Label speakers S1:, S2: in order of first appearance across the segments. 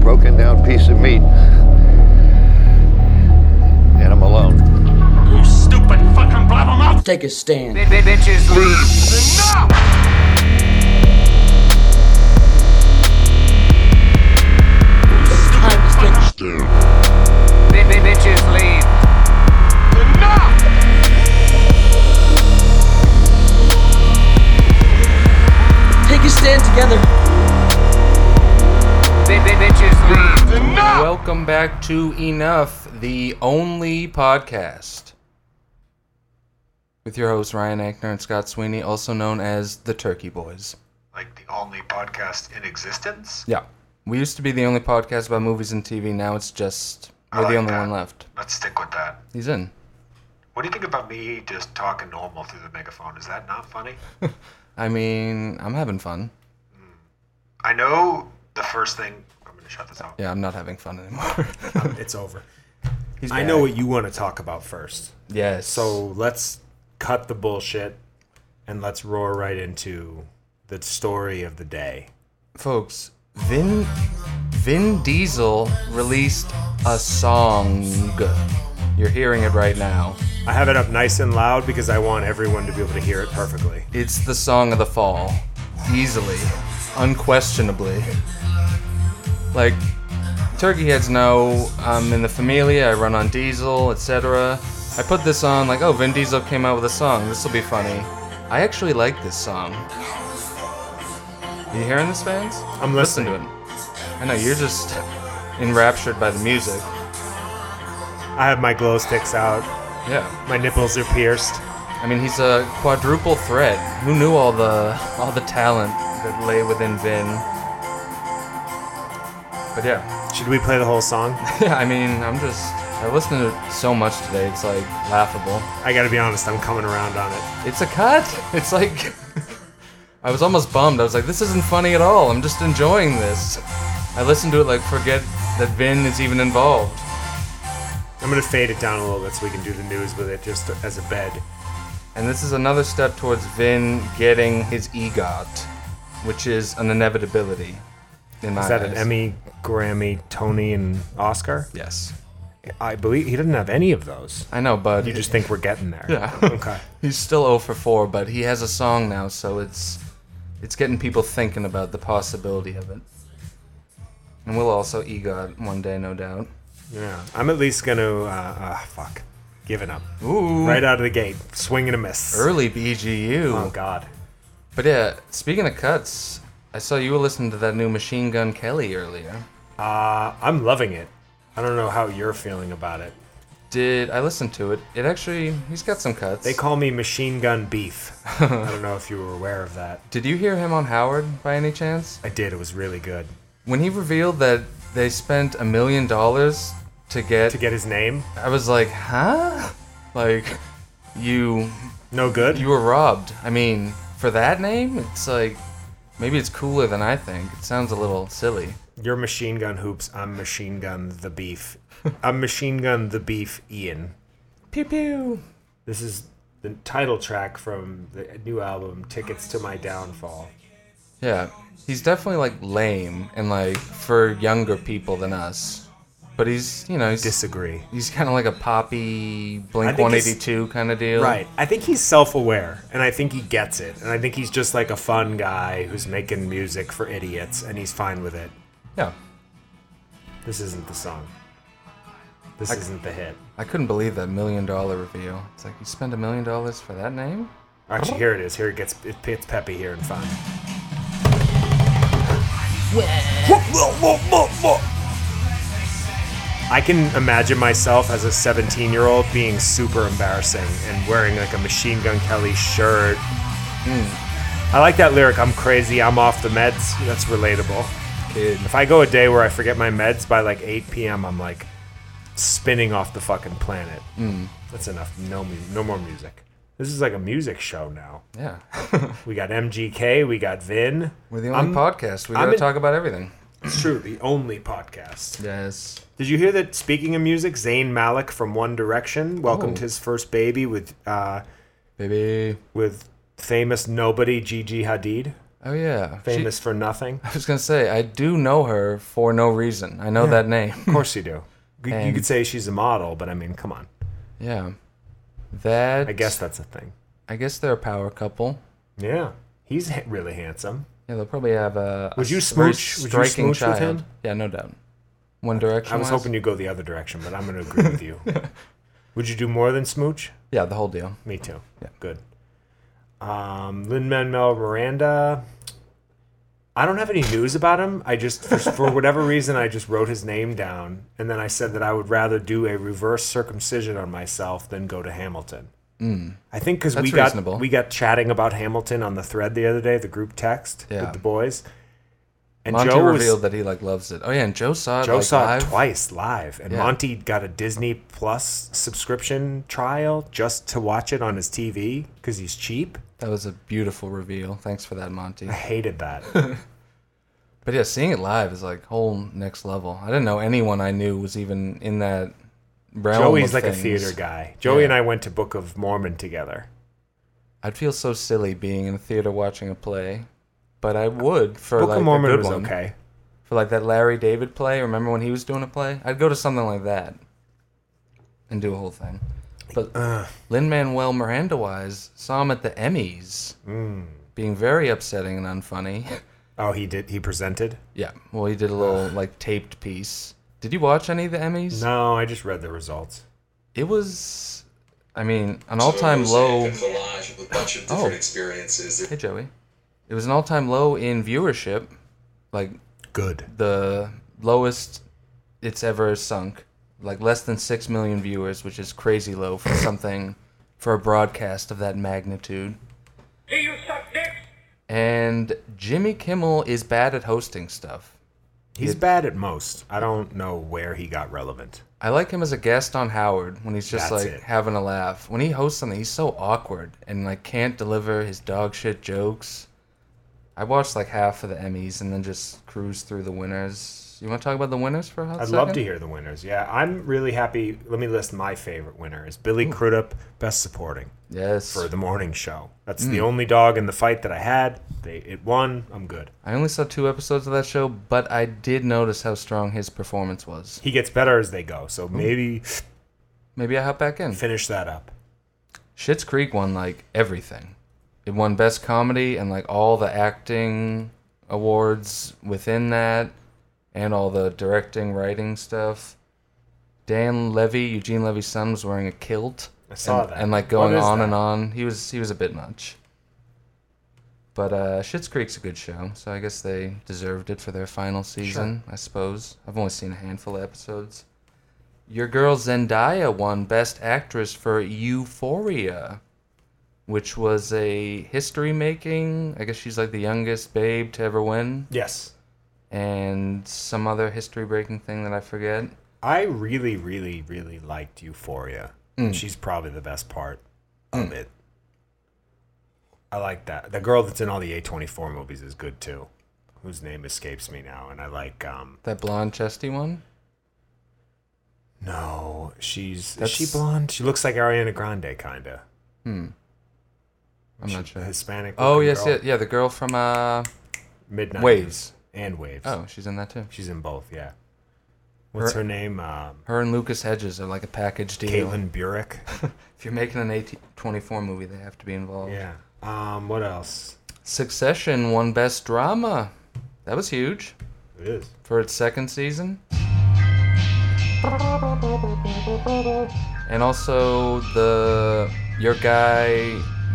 S1: broken down piece of meat. And I'm alone.
S2: You stupid fucking blabbermouth!
S3: Take a stand.
S2: Enough! You stupid fucking enough!
S3: Take a stand together.
S2: Enough!
S4: Welcome back to Enough, the only podcast. With your hosts Ryan Ackner and Scott Sweeney, also known as the Turkey Boys.
S5: like the only podcast in existence.
S4: Yeah. We used to be the only podcast about movies and TV, now it's just
S5: I
S4: we're the
S5: like
S4: only
S5: that.
S4: one left.
S5: Let's stick with that.
S4: He's in.
S5: What do you think about me just talking normal through the megaphone? Is that not funny?
S4: I mean, I'm having fun.
S5: I know the first thing. I'm going to shut this off.
S4: Yeah, I'm not having fun anymore.
S6: It's over.
S4: He's
S6: I
S4: back.
S6: know what you want to talk about first.
S4: Yes.
S6: So let's cut the bullshit and let's roar right into the story of the day.
S4: folks, Vin Vin Diesel released a song. You're hearing it right now.
S6: I have it up nice and loud because I want everyone to be able to hear it perfectly.
S4: It's the song of the fall. Easily. Unquestionably. Like, turkey heads know I'm in the familia, I run on diesel, etc. I put this on, like, oh, Vin Diesel came out with a song, this will be funny. I actually like this song. You hearing this, fans?
S6: I'm
S4: Listen
S6: listening.
S4: to it. I know, you're just enraptured by the music.
S6: I have my glow sticks out.
S4: Yeah.
S6: My nipples are pierced.
S4: I mean, he's a quadruple threat. Who knew all the all the talent that lay within Vin? But yeah,
S6: Should we play the whole song?
S4: yeah. I mean, I'm just I listened to so much today. It's like laughable.
S6: I gotta be honest, I'm coming around on it.
S4: It's a cut. It's like I was almost bummed. I was like, this isn't funny at all. I'm just enjoying this. I listened to it like forget that Vin is even involved.
S6: I'm gonna fade it down a little bit so we can do the news with it just as a bed.
S4: And this is another step towards Vin getting his EGOT, which is an inevitability. In my
S6: Is that an
S4: eyes.
S6: Emmy, Grammy, Tony, and Oscar?
S4: Yes.
S6: I believe he doesn't have any of those.
S4: I know, bud.
S6: You just think we're getting there.
S4: Yeah.
S6: Okay.
S4: He's still 0 for 4, but he has a song now, so it's it's getting people thinking about the possibility of it. And we'll also EGOT one day, no doubt.
S6: Yeah. I'm at least going to, uh, uh, fuck, giving up.
S4: Ooh.
S6: Right out of the gate. Swing and a miss.
S4: Early BGU.
S6: Oh, God.
S4: But yeah, speaking of cuts, I saw you were listening to that new Machine Gun Kelly earlier.
S6: Uh, I'm loving it. I don't know how you're feeling about it.
S4: Did I listen to it? It actually, he's got some cuts.
S6: They call me Machine Gun Beef. I don't know if you were aware of that.
S4: Did you hear him on Howard by any chance?
S6: I did. It was really good.
S4: When he revealed that they spent a million dollars to get
S6: To get his name,
S4: I was like, huh? Like, you
S6: no good.
S4: you were robbed. I mean, for that name, it's like maybe it's cooler than I think. It sounds a little silly.
S6: You're Machine Gun Hoops. I'm Machine Gun the Beef. I'm Machine Gun the Beef Ian.
S4: Pew pew.
S6: This is the title track from the new album, Tickets to My Downfall.
S4: Yeah, he's definitely like lame and like for younger people than us. But he's you know he's
S6: Disagree.
S4: he's kind of like a poppy Blink
S6: think
S4: One
S6: he's-
S4: Eighty Two kind of deal.
S6: Right. I think he's self aware and I think he gets it. And I think he's just like a fun guy who's making music for idiots and he's fine with it.
S4: Yeah.
S6: This isn't the song. This isn't the hit.
S4: I couldn't believe that million dollar review. It's like you spend a million dollars for that name.
S6: Actually, here it is. Here it gets it gets peppy here and fun. I can imagine myself as a 17 year old being super embarrassing and wearing like a Machine Gun Kelly shirt. I like that lyric, I'm crazy, I'm off the meds. That's relatable.
S4: Kid.
S6: If I go a day where I forget my meds by like 8 p.m., I'm like spinning off the fucking planet. That's enough. No, mu- no more music. This is like a music show now.
S4: Yeah.
S6: We got MGK. We got Vin.
S4: We're the only
S6: I'm-
S4: podcast. We
S6: I'm
S4: gotta
S6: in-
S4: talk about everything.
S6: It's true. The only podcast.
S4: Yes.
S6: Did you hear that? Speaking of music, Zayn Malik from One Direction welcomed
S4: Oh.
S6: his first baby with uh,
S4: Baby.
S6: with famous nobody Gigi Hadid.
S4: Oh yeah, She-
S6: Famous for nothing.
S4: I was gonna say I do know her for no reason. I know that name.
S6: Of course you do. You, you
S4: And-
S6: could say she's a model, but I mean, come on.
S4: yeah, that.
S6: I guess that's a thing.
S4: I guess they're a power couple.
S6: Yeah. He's ha- really handsome.
S4: Yeah, they'll probably have a. a
S6: Would you
S4: s- very
S6: smooch- would you
S4: striking
S6: smooch with
S4: child.
S6: him?
S4: Yeah, no doubt. One Direction.
S6: I was hoping you'd go the other direction, but I'm going to agree with you. Would you do more than smooch?
S4: Yeah, the whole deal.
S6: Me too.
S4: Yeah.
S6: Good. Um, Lin Manuel Miranda. I don't have any news about him. I just, for, for whatever reason, I just wrote his name down, and then I said that I would rather do a reverse circumcision on myself than go to Hamilton. I think because we
S4: Mm. That's
S6: got
S4: reasonable.
S6: we got chatting about Hamilton on the thread the other day, the group text
S4: Yeah.
S6: with the boys, and
S4: Monty
S6: Joe was
S4: revealed that he like loves it. Oh yeah, and Joe saw it.
S6: Joe
S4: like,
S6: saw
S4: live.
S6: it twice live, and
S4: Yeah.
S6: Monty got a Disney Plus subscription trial just to watch it on his TV because he's cheap.
S4: That was a beautiful reveal. Thanks for that, Monty.
S6: I hated that.
S4: But yeah, seeing it live is like whole next level. I didn't know anyone I knew was even in that realm.
S6: Joey's
S4: of
S6: like a
S4: things.
S6: theater guy. Joey
S4: Yeah.
S6: and I went to Book of Mormon together.
S4: I'd feel so silly being in a theater watching a play, but I would for
S6: Book
S4: like
S6: of
S4: a
S6: Mormon
S4: good
S6: was
S4: one.
S6: okay.
S4: For like that Larry David play. Remember when he was doing a play? I'd go to something like that and do a whole thing. But Lin Manuel Miranda wise saw him at the Emmys,
S6: Mm.
S4: being very upsetting and unfunny.
S6: Oh, he did. He presented.
S4: yeah, well, he did a little like taped piece. Did you watch any of the Emmys?
S6: No, I just read the results.
S4: It was, I mean, an all time low.
S7: Mosaic, a collage of a bunch of different experiences.
S4: Hey, Joey. It was an all time low in viewership, like
S6: Good.
S4: the lowest it's ever sunk, like less than 6 million viewers, which is crazy low for something, for a broadcast of that magnitude. And Jimmy Kimmel is bad at hosting stuff.
S6: He's bad at most. I don't know where he got relevant.
S4: I like him as a guest on Howard when he's just
S6: That's
S4: like
S6: it.
S4: having a laugh. When he hosts something, he's so awkward and like can't deliver his dog shit jokes. I watched like half of the Emmys and then just cruised through the winners. You want to talk about the winners for a hot
S6: I'd
S4: second?
S6: love to hear the winners. Yeah, I'm really happy. Let me list my favorite winner is Billy Crudup, best supporting.
S4: Yes.
S6: for the morning show. That's
S4: Hmm.
S6: the only dog in the fight that I had. They it won. I'm good.
S4: I only saw two episodes of that show, but I did notice how strong his performance was.
S6: He gets better as they go,
S4: Hmm.
S6: so maybe
S4: Maybe I hop back in.
S6: finish that up.
S4: Shit's Creek won like everything. It won best comedy and like all the acting awards within that, and all the directing, writing stuff. Dan Levy, Eugene Levy's son, was wearing a kilt.
S6: I saw
S4: and,
S6: that.
S4: And like
S6: What
S4: going
S6: is
S4: on
S6: that?
S4: and on. He was he was a bit much. But uh, Shit's Creek's a good show, so I guess they deserved it for their final season. I suppose I've only seen a handful of episodes. Your girl Zendaya won Best Actress for Euphoria, which was a history making. I guess she's like the youngest babe to ever win,
S6: Yes.
S4: and some other history breaking thing that I forget.
S6: I really, really, really liked Euphoria.
S4: Hmm.
S6: She's probably the best part of it. I like that. The girl that's in all the A24 movies is good too. Whose name escapes me now, and I like um
S4: That blonde chesty one?
S6: no, she's
S4: That's-
S6: is she blonde? She looks like Ariana Grande kinda.
S4: I'm not sure.
S6: Hispanic.
S4: Oh
S6: looking
S4: yes,
S6: girl.
S4: yeah, yeah, the girl from uh
S6: Midnight
S4: Waves.
S6: and Waves.
S4: Oh, she's in that too.
S6: She's in both, yeah. What's her,
S4: Her-
S6: name? Um,
S4: Her and Lucas Hedges are like a package deal.
S6: Caitlin Burek.
S4: If you're making an A24 movie, they have to be involved.
S6: yeah. Um, what else?
S4: Succession won Best Drama. That was huge
S6: It is.
S4: for its second season. And also the your guy,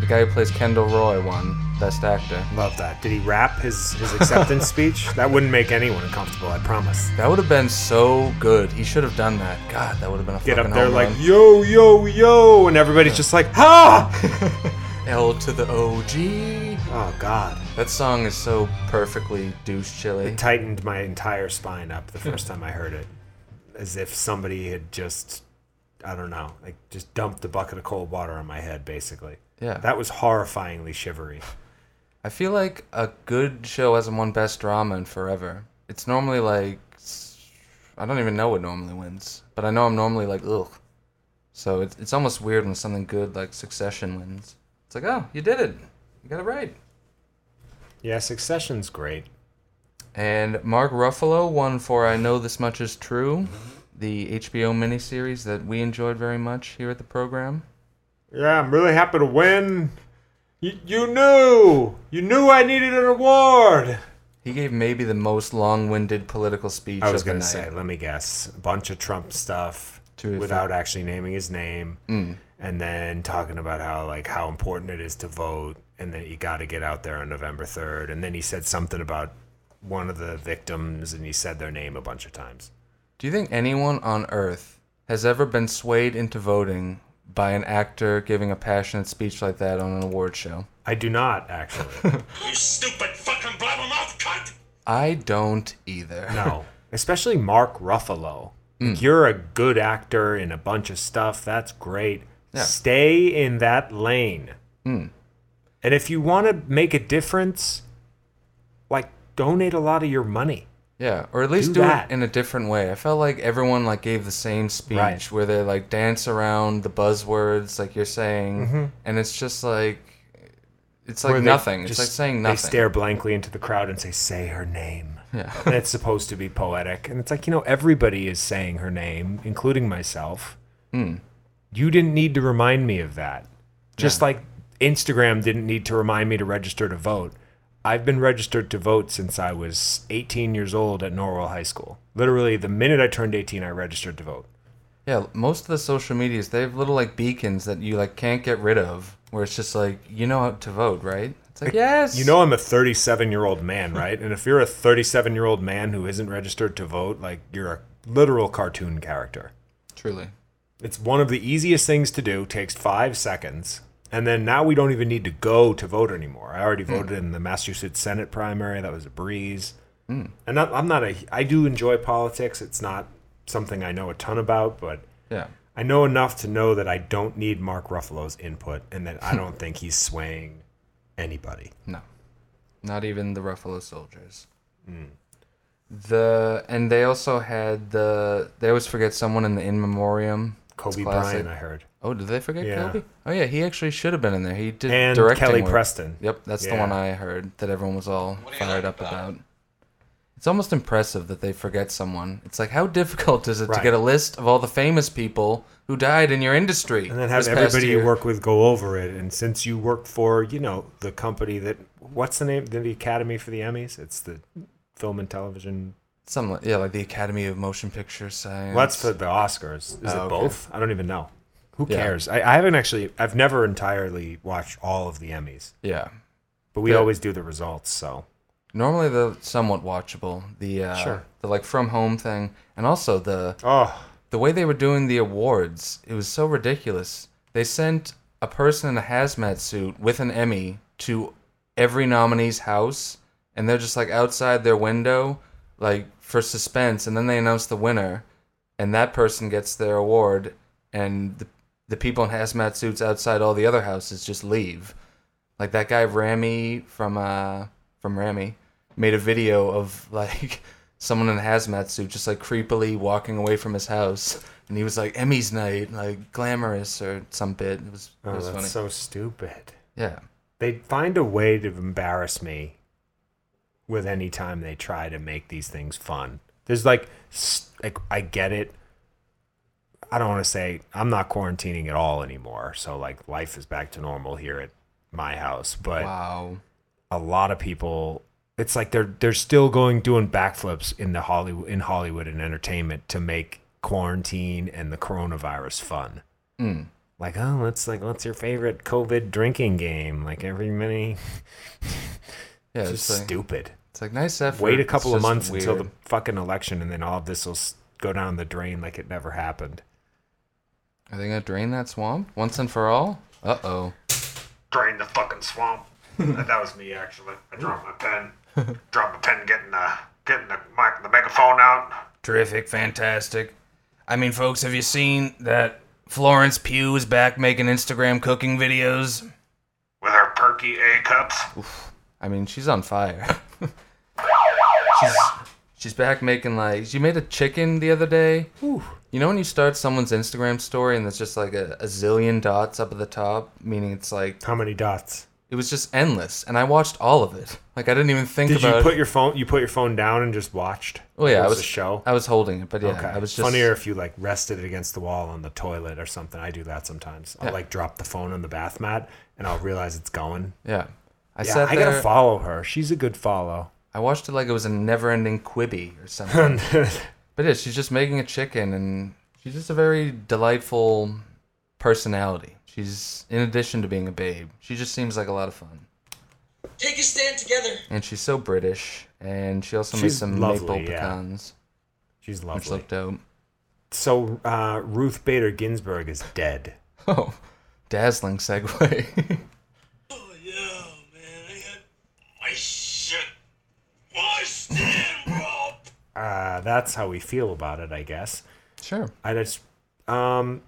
S4: the guy who plays Kendall Roy won Best Actor.
S6: Love that. Did he rap his, his acceptance speech? That wouldn't make anyone uncomfortable, I promise.
S4: That would have been so good. He should have done that. God, that would have been a
S6: Get
S4: fucking
S6: up there
S4: home
S6: like,
S4: run.
S6: yo, yo, yo, and everybody's just like, ha!
S4: L to the OG.
S6: Oh, God.
S4: That song is so perfectly douche chilly.
S6: It tightened my entire spine up the first time I heard it. As if somebody had just, I don't know, like just dumped a bucket of cold water on my head, basically.
S4: Yeah.
S6: That was horrifyingly shivery.
S4: I feel like a good show hasn't won Best Drama in forever. It's normally like s- I don't even know what normally wins, but I know I'm normally like ugh. So it's it's almost weird when something good like Succession wins. It's like oh you did it, you got it right.
S6: Yeah, Succession's great.
S4: And Mark Ruffalo won for I Know This Much Is True, the HBO miniseries that we enjoyed very much here at the program.
S6: Yeah, I'm really happy to win. You, you knew! You knew I needed an award!
S4: He gave maybe the most long winded political speech
S6: I was
S4: of the
S6: going
S4: night.
S6: to say, let me guess, a bunch of Trump stuff
S4: Terrific.
S6: without actually naming his name, and then talking about how like how important it is to vote, and that you got to get out there on November third, and then he said something about one of the victims, and he said their name a bunch of times.
S4: Do you think anyone on earth has ever been swayed into voting by an actor giving a passionate speech like that on an award show?
S6: I do not actually.
S2: You stupid fucking blabbermouth cunt!
S4: I don't either.
S6: no, especially Mark Ruffalo. Like, You're a good actor in a bunch of stuff. That's great.
S4: Yeah.
S6: Stay in that lane. And if you want to make a difference, like donate a lot of your money.
S4: Yeah, or at least
S6: Do
S4: do,
S6: that.
S4: it in a different way. I felt like everyone like gave the same speech
S6: Right.
S4: where they like dance around the buzzwords like you're saying, and it's just like it's like
S6: Mm-hmm. Where they
S4: nothing. It's
S6: just-
S4: like saying nothing.
S6: They stare blankly into the crowd and say, "Say her name."
S4: Yeah.
S6: and it's supposed to be poetic, and it's like you know everybody is saying her name, including myself.
S4: Hmm.
S6: You didn't need to remind me of that. Just like Instagram didn't need to remind me to register to vote. I've been registered to vote since I was 18 years old at Norwell High School. Literally, the minute I turned 18, I registered to vote.
S4: Yeah, most of the social medias they have little like beacons that you like can't get rid of, where it's just like you know how to vote, right? It's like yes,
S6: You know, I'm a 37 year old man, right? And if you're a 37 year old man who isn't registered to vote, like you're a literal cartoon character.
S4: truly.
S6: It's one of the easiest things to do, takes five seconds. And then now we don't even need to go to vote anymore. I
S4: Hmm.
S6: already voted in the Massachusetts Senate primary. That was a breeze.
S4: Hmm.
S6: And I- I'm not a, I do enjoy politics. It's not something I know a ton about, but
S4: Yeah,
S6: I know enough to know that I don't need Mark Ruffalo's input and that I don't think he's swaying anybody.
S4: no, not even the Ruffalo soldiers.
S6: Mm.
S4: The and they also had the they always forget someone in the in memoriam. It's
S6: Kobe
S4: classic.
S6: Bryant, I heard.
S4: Oh, did they forget
S6: Yeah.
S4: Kobe? Oh yeah, he actually should have been in there. He did
S6: And
S4: directing
S6: Kelly
S4: work.
S6: Preston.
S4: Yep, that's the
S6: Yeah.
S4: one I heard that everyone was all
S7: do you
S4: fired
S7: like
S4: up about. It's almost impressive that they forget someone. It's like how difficult is it to
S6: Right.
S4: get a list of all the famous people who died in your industry?
S6: And then have
S4: this past
S6: everybody you
S4: year?
S6: work with go over it. And since you work for, you know, the company that what's the name? The Academy for the Emmys. It's the film and television.
S4: Some yeah, like the Academy of Motion Picture Science.
S6: Well, that's for the Oscars. Is it
S4: Oh, okay.
S6: both? I don't even know. Who
S4: Yeah.
S6: cares? I, I haven't actually. I've never entirely watched all of the Emmys,
S4: yeah.
S6: but we
S4: Yeah.
S6: always do the results. So
S4: Normally they're somewhat watchable. The uh,
S6: Sure.
S4: the like from home thing, and also the
S6: oh,
S4: the way they were doing the awards, it was so ridiculous. They sent a person in a hazmat suit with an Emmy to every nominee's house, and they're just like outside their window, like for suspense, and then they announce the winner, and that person gets their award, and the, the people in hazmat suits outside all the other houses just leave. Like that guy Rami from uh from Rami made a video of like someone in a hazmat suit just like creepily walking away from his house and he was like Emmy's night, like glamorous or some bit. It was it
S6: oh
S4: was
S6: that's
S4: funny.
S6: so stupid.
S4: yeah.
S6: They find a way to embarrass me with any time they try to make these things fun. There's like, s- like I get it. I don't want to say I'm not quarantining at all anymore. So like life is back to normal here at my house, but
S4: Wow.
S6: a lot of people it's like they're they're still going doing backflips in the Hollywood in Hollywood and entertainment to make quarantine and the coronavirus fun. Like, oh, let's like what's your favorite COVID drinking game? Like every many
S4: Yeah,
S6: it's
S4: it's
S6: just
S4: like,
S6: stupid.
S4: it's like nice effort.
S6: Wait a
S4: it's
S6: couple of
S4: just
S6: months until the
S4: weird.
S6: fucking election and then all of this will s- go down the drain like it never happened.
S4: Are they gonna drain that swamp once and for all? Uh oh.
S5: Drain the fucking swamp. that was me actually. I dropped my pen. dropped my pen, getting the getting the mic, the megaphone out.
S4: Terrific, fantastic. I mean, folks, have you seen that Florence Pugh is back making Instagram cooking videos?
S5: with her perky A cups.
S4: I mean, she's on fire. she's she's back making like she made a chicken the other day. You know when you start someone's Instagram story and there's just like a, a zillion dots up at the top, meaning it's like
S6: How many dots?
S4: It was just endless, and I watched all of it. Like I didn't even think
S6: Did
S4: about.
S6: you put your phone? You put your phone down and just watched?
S4: Well, yeah,
S6: it
S4: I
S6: was,
S4: was
S6: a show.
S4: I was holding it, but yeah, I was just
S6: funnier if you like rested it against the wall on the toilet or something. I do that sometimes. I'll like drop the phone on the bath mat and I'll realize it's going.
S4: Yeah, I
S6: Yeah,
S4: sat
S6: I
S4: there.
S6: gotta follow her. She's a good follow.
S4: I watched it like it was a never-ending Quibi or something. but yeah, she's just making a chicken, and she's just a very delightful personality. She's, in addition to being a babe, she just seems like a lot of fun.
S3: Take a stand together.
S4: And she's so British, and she also makes
S6: She's
S4: some
S6: lovely,
S4: maple
S6: yeah.
S4: pecans,
S6: She's
S4: which
S6: lovely.
S4: look dope.
S6: So uh, Ruth Bader Ginsburg is dead.
S4: Oh, dazzling segue.
S2: Oh, yeah, man. I had. My shit was robbed.
S6: Uh, that's how we feel about it, I guess.
S4: sure.
S6: I just, um,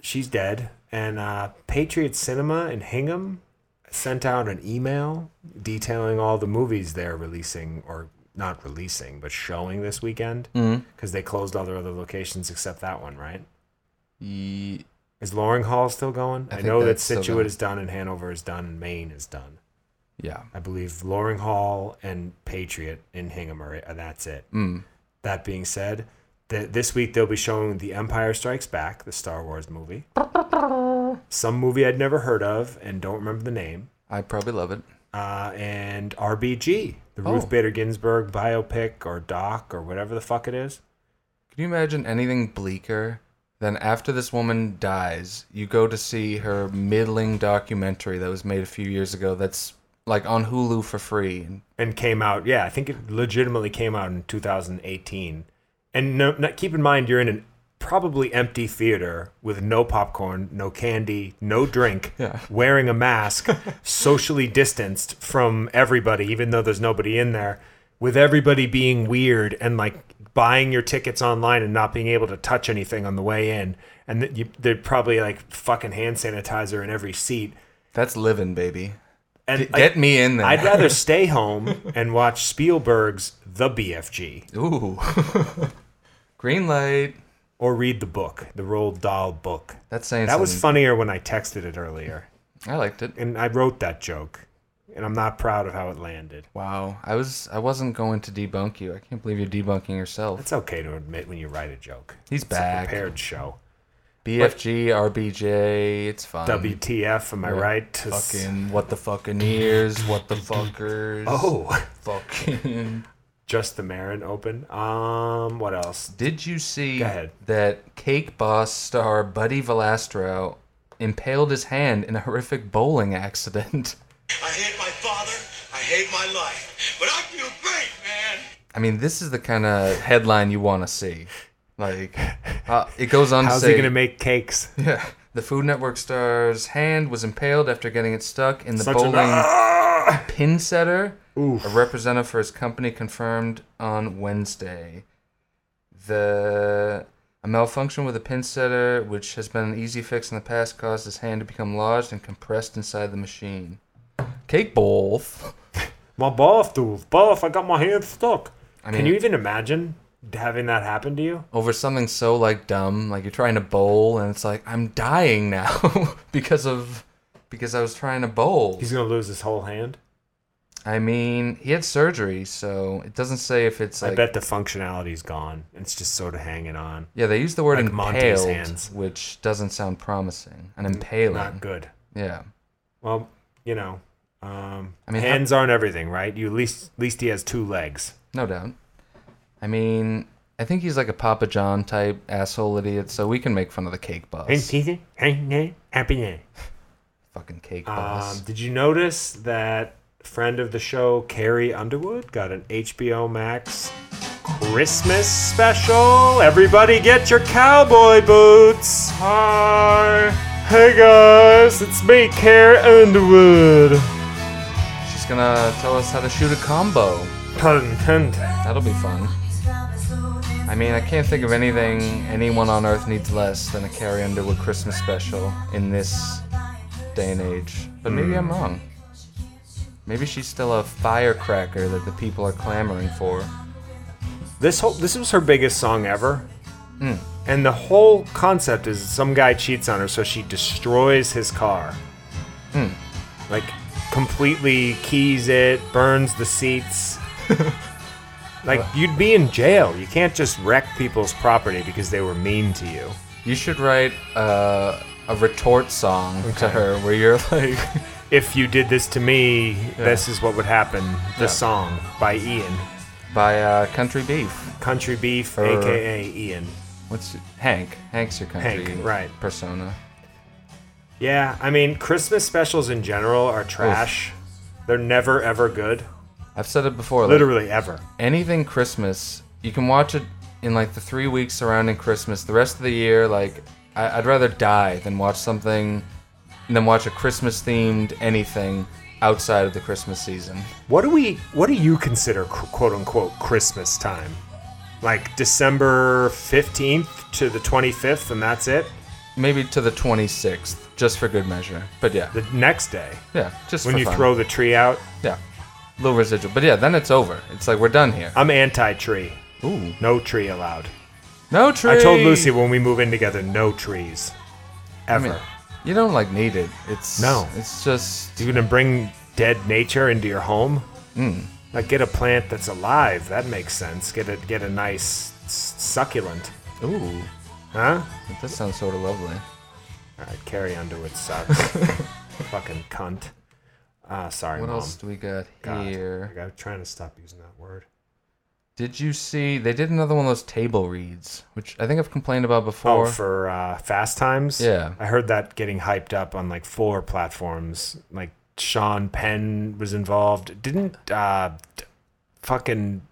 S6: she's dead. And uh, Patriot Cinema in Hingham sent out an email detailing all the movies they're releasing or not releasing, but showing this weekend
S4: Mm-hmm.
S6: because they closed all their other locations except that one, right?
S4: Ye-
S6: Is Loring Hall still going? I,
S4: think
S6: know that
S4: that's still
S6: Situate
S4: going.
S6: is done and Hanover is done and Maine is done.
S4: Yeah.
S6: I believe Loring Hall and Patriot in Hingham are uh, that's it. That being said, th- this week they'll be showing The Empire Strikes Back, the Star Wars movie. Some movie I'd never heard of and don't remember the name.
S4: I probably love it.
S6: Uh, and RBG, the
S4: Oh.
S6: Ruth Bader Ginsburg biopic or doc or whatever the fuck it is.
S4: Can you imagine anything bleaker than after this woman dies, you go to see her middling documentary that was made a few years ago that's like on Hulu for free?
S6: and came out. Yeah, I think it legitimately came out in 2018. And no, not, keep in mind, you're in a probably empty theater with no popcorn, no candy, no drink,
S4: Yeah.
S6: wearing a mask, socially distanced from everybody, even though there's nobody in there, with everybody being weird and like buying your tickets online and not being able to touch anything on the way in. And that you, they're probably like fucking hand sanitizer in every seat.
S4: That's living, baby.
S6: And
S4: Get,
S6: like,
S4: get me in there.
S6: I'd rather stay home and watch Spielberg's The BFG
S4: Ooh. Green light.
S6: or read the book, the Roald Dahl book.
S4: That's saying
S6: That was
S4: something.
S6: funnier when I texted it earlier.
S4: I liked it.
S6: And I wrote that joke. And I'm not proud of how it landed.
S4: Wow. I was I wasn't going to debunk you. I can't believe you're debunking yourself.
S6: It's okay to admit when you write a joke.
S4: He's
S6: it's a
S4: back.
S6: prepared show.
S4: BFG, RBJ, it's fine.
S6: WTF, am I right? To s-
S4: Fucking what the fucking ears, what the fuckers.
S6: Oh,
S4: fucking
S6: just the Marin open. Um, what else?
S4: Did you see
S6: Go ahead.
S4: that Cake Boss star Buddy Velastro impaled his hand in a horrific bowling accident?
S2: I hate my father. I hate my life. But I feel great, man.
S4: I mean, this is the kind of headline you want to see. Like, uh, it goes on
S6: How's
S4: to say,
S6: he gonna make cakes?
S4: yeah, the Food Network star's hand was impaled after getting it stuck in the
S6: Such an
S4: bowling pin setter. A representative for his company confirmed on Wednesday. The a malfunction with a pin setter, which has been an easy fix in the past, caused his hand to become lodged and compressed inside the machine. Cake bowl.
S6: My buff, dude. Buff, I got my hand stuck.
S4: mean-
S6: Can you even imagine having that happen to you?
S4: Over something so like dumb, like you're trying to bowl and it's like I'm dying now because of because I was trying to bowl.
S6: He's going to lose his whole hand.
S4: I mean, he had surgery, so it doesn't say if it's like
S6: I bet the functionality's gone. It's just sort of hanging on.
S4: yeah, they use the word
S6: like Monty's
S4: impaled,
S6: hands.
S4: which doesn't sound promising. An impaling.
S6: Not good.
S4: Yeah.
S6: Well, you know, um,
S4: I mean, how-
S6: hands aren't everything, right? You at least, at least he has two legs.
S4: No doubt. I mean, I think he's like a Papa John type asshole idiot, so we can make fun of the cake boss.
S6: Um,
S4: Fucking cake boss.
S6: did you notice that friend of the show, Carrie Underwood, got an HBO Max Christmas special? Everybody get your cowboy boots. Hi. Hey guys, it's me, Carrie Underwood.
S4: She's gonna tell us how to shoot a combo.
S6: Pun intended.
S4: That'll be fun. I mean, I can't think of anything anyone on earth needs less than a Carrie Underwood Christmas special in this day and age. But maybe
S6: Hmm.
S4: I'm wrong. Maybe she's still a firecracker that the people are clamoring for.
S6: This whole this was her biggest song ever. And the whole concept is some guy cheats on her, so she destroys his car. Like completely keys it, burns the seats. like you'd be in jail. You can't just wreck people's property because they were mean to you.
S4: You should write uh, a retort song to her where you're like,
S6: If you did this to me, this is what would happen. The song by Ian,
S4: by uh, country beef.
S6: Country Beef,
S4: Er.
S6: aka Ian.
S4: What's Hank? Hank's your country
S6: Hank, right.
S4: persona.
S6: Yeah, I mean Christmas specials in general are trash. They're never ever good.
S4: I've said it before. Like,
S6: Literally ever.
S4: anything Christmas, you can watch it in like the three weeks surrounding Christmas. The rest of the year, like I, I'd rather die than watch something, than watch a Christmas-themed anything outside of the Christmas season.
S6: What do we? What do you consider qu- quote unquote Christmas time? Like December fifteenth to the twenty fifth, and that's it.
S4: Maybe to the 26th, just for good measure. But yeah,
S6: The next day,
S4: yeah, just
S6: when
S4: for
S6: you
S4: fun.
S6: throw the tree out,
S4: yeah, little residual. But yeah, then it's over. It's like we're done here.
S6: I'm anti-tree.
S4: Ooh,
S6: No tree allowed.
S4: no tree.
S6: I told Lucy when we move in together, no trees,
S4: I
S6: ever.
S4: mean, you don't like need it. It's
S6: No.
S4: It's just
S6: You're gonna bring dead nature into your home.
S4: Hmm.
S6: Like get a plant that's alive. That makes sense. Get a get a nice s- succulent,
S4: ooh.
S6: huh?
S4: That sounds sort of lovely.
S6: All right, Carrie Underwood sucks. Fucking cunt. Ah, sorry,
S4: What
S6: mom.
S4: else do we got
S6: God,
S4: here?
S6: I'm trying to stop using that word.
S4: Did you see they did another one of those table reads, which I think I've complained about
S6: Oh,
S4: before.
S6: for uh, Fast Times.
S4: Yeah.
S6: I heard that getting hyped up on like four platforms. Like Sean Penn was involved. Didn't uh, d- fucking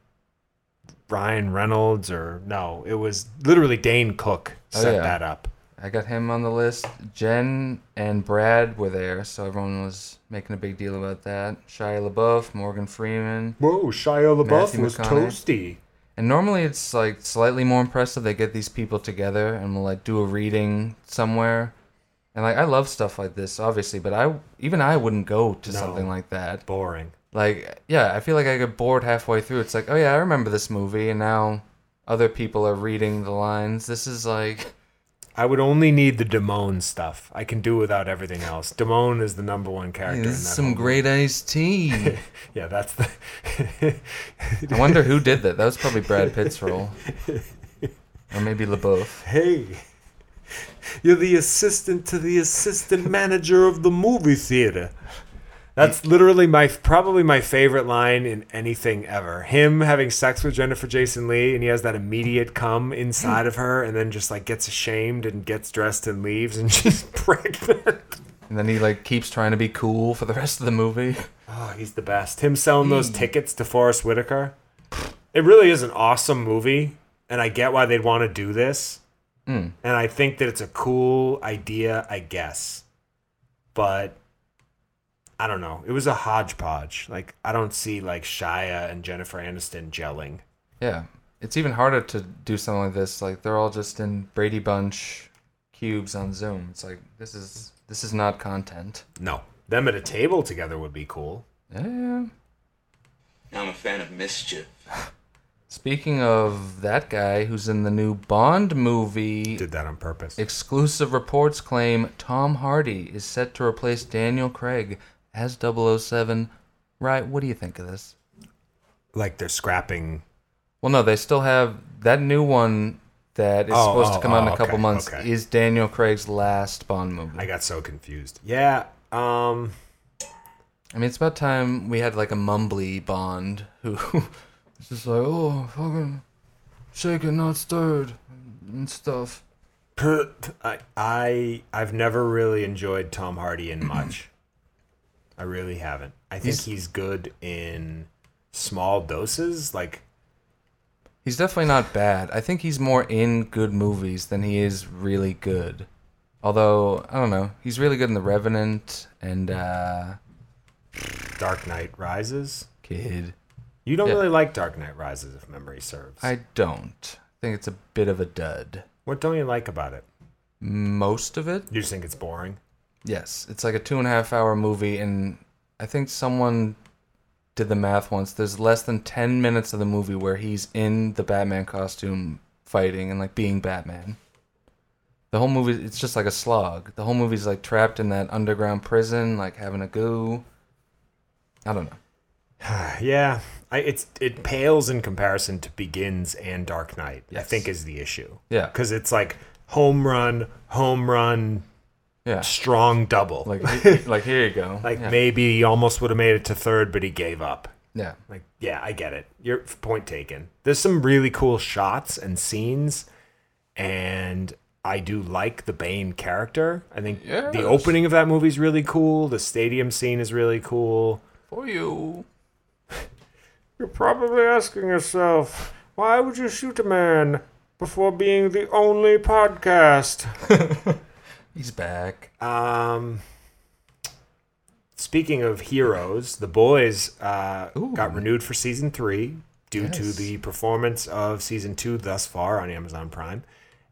S6: Ryan Reynolds or no? It was literally Dane Cook set
S4: Oh, yeah.
S6: that up.
S4: I got him on the list. Jen and Brad were there, so everyone was making a big deal about that. Shia LaBeouf, Morgan Freeman.
S6: Whoa, Shia LaBeouf
S4: Matthew
S6: was
S4: McConaughey.
S6: toasty.
S4: And normally it's like slightly more impressive. They get these people together and will like do a reading somewhere. And like I love stuff like this, obviously, but I even I wouldn't go to
S6: No.
S4: something like that.
S6: Boring.
S4: like yeah i feel like i get bored halfway through it's like oh yeah i remember this movie and now other people are reading the lines this is like
S6: I would only need the Damone stuff. I can do without everything else. Damone is the number one character.
S4: hey,
S6: in that
S4: this is some
S6: whole-
S4: great iced tea
S6: Yeah, that's the.
S4: i wonder who did that that was probably brad pitt's role or maybe labeouf
S6: hey, you're the assistant to the assistant manager of the movie theater. That's literally my probably my favorite line in anything ever. Him having sex with Jennifer Jason Lee and he has that immediate cum inside of her and then just like gets ashamed and gets dressed and leaves and she's pregnant.
S4: and then he like keeps trying to be cool for the rest of the movie
S6: Oh, he's the best. Him selling those tickets to Forrest Whitaker. It really is an awesome movie, and I get why they'd want to do this. And I think that it's a cool idea, I guess. But I don't know. It was a hodgepodge. Like I don't see like Shia and Jennifer Aniston gelling.
S4: yeah it's even harder to do something like this like they're all just in brady bunch cubes on zoom it's like this is this is not content
S6: No. Them at a table together would be cool.
S4: yeah
S7: I'm a fan of mischief.
S4: Speaking of that guy who's in the new Bond movie,
S6: Did that on purpose.
S4: exclusive reports claim Tom Hardy is set to replace Daniel Craig as 007. Right, what do you think of this?
S6: like they're scrapping
S4: Well, no, they still have that new one that is
S6: Oh,
S4: supposed
S6: oh,
S4: to come out in
S6: oh,
S4: a couple
S6: okay,
S4: months
S6: okay.
S4: is Daniel Craig's last Bond movie.
S6: I got so confused. Yeah. Um
S4: I mean, it's about time we had like a mumbly Bond who is just like, oh, fucking shaken, not stirred, and stuff.
S6: I, I I've never really enjoyed Tom Hardy in much. I really haven't. I think he's, good in small doses. Like
S4: He's definitely not bad. I think he's more in good movies than he is really good. Although, I don't know. He's really good in The Revenant and uh
S6: Dark Knight Rises.
S4: Kid.
S6: You don't
S4: Yeah.
S6: really like Dark Knight Rises, if memory serves.
S4: I don't. I think it's a bit of a dud.
S6: what don't you like about it?
S4: Most of it?
S6: You just think it's boring.
S4: Yes. It's like a two and a half hour movie and I think someone did the math once. There's less than ten minutes of the movie where he's in the Batman costume fighting and like being Batman. The whole movie it's just like a slog. The whole movie's like trapped in that underground prison, like having a goo. I don't know.
S6: Yeah, I, it's it pales in comparison to Begins and Dark Knight. I
S4: Yes.
S6: think is the issue.
S4: Yeah.
S6: because it's like home run, home run,
S4: Yeah.
S6: strong double. Like,
S4: Like, he- like here you go. yeah.
S6: maybe he almost would have made it to third, but he gave up.
S4: yeah.
S6: Like, yeah, I get it. Your point taken. There's some really cool shots and scenes, and I do like the Bane character. I think
S4: Yes.
S6: the opening of that movie is really cool. The stadium scene is really cool.
S4: For you.
S6: You're probably asking yourself, why would you shoot a man before being the only podcast?
S4: He's back.
S6: Um, speaking of heroes, the boys uh, got renewed for season three due to
S4: Yes.
S6: the performance of season two thus far on Amazon Prime.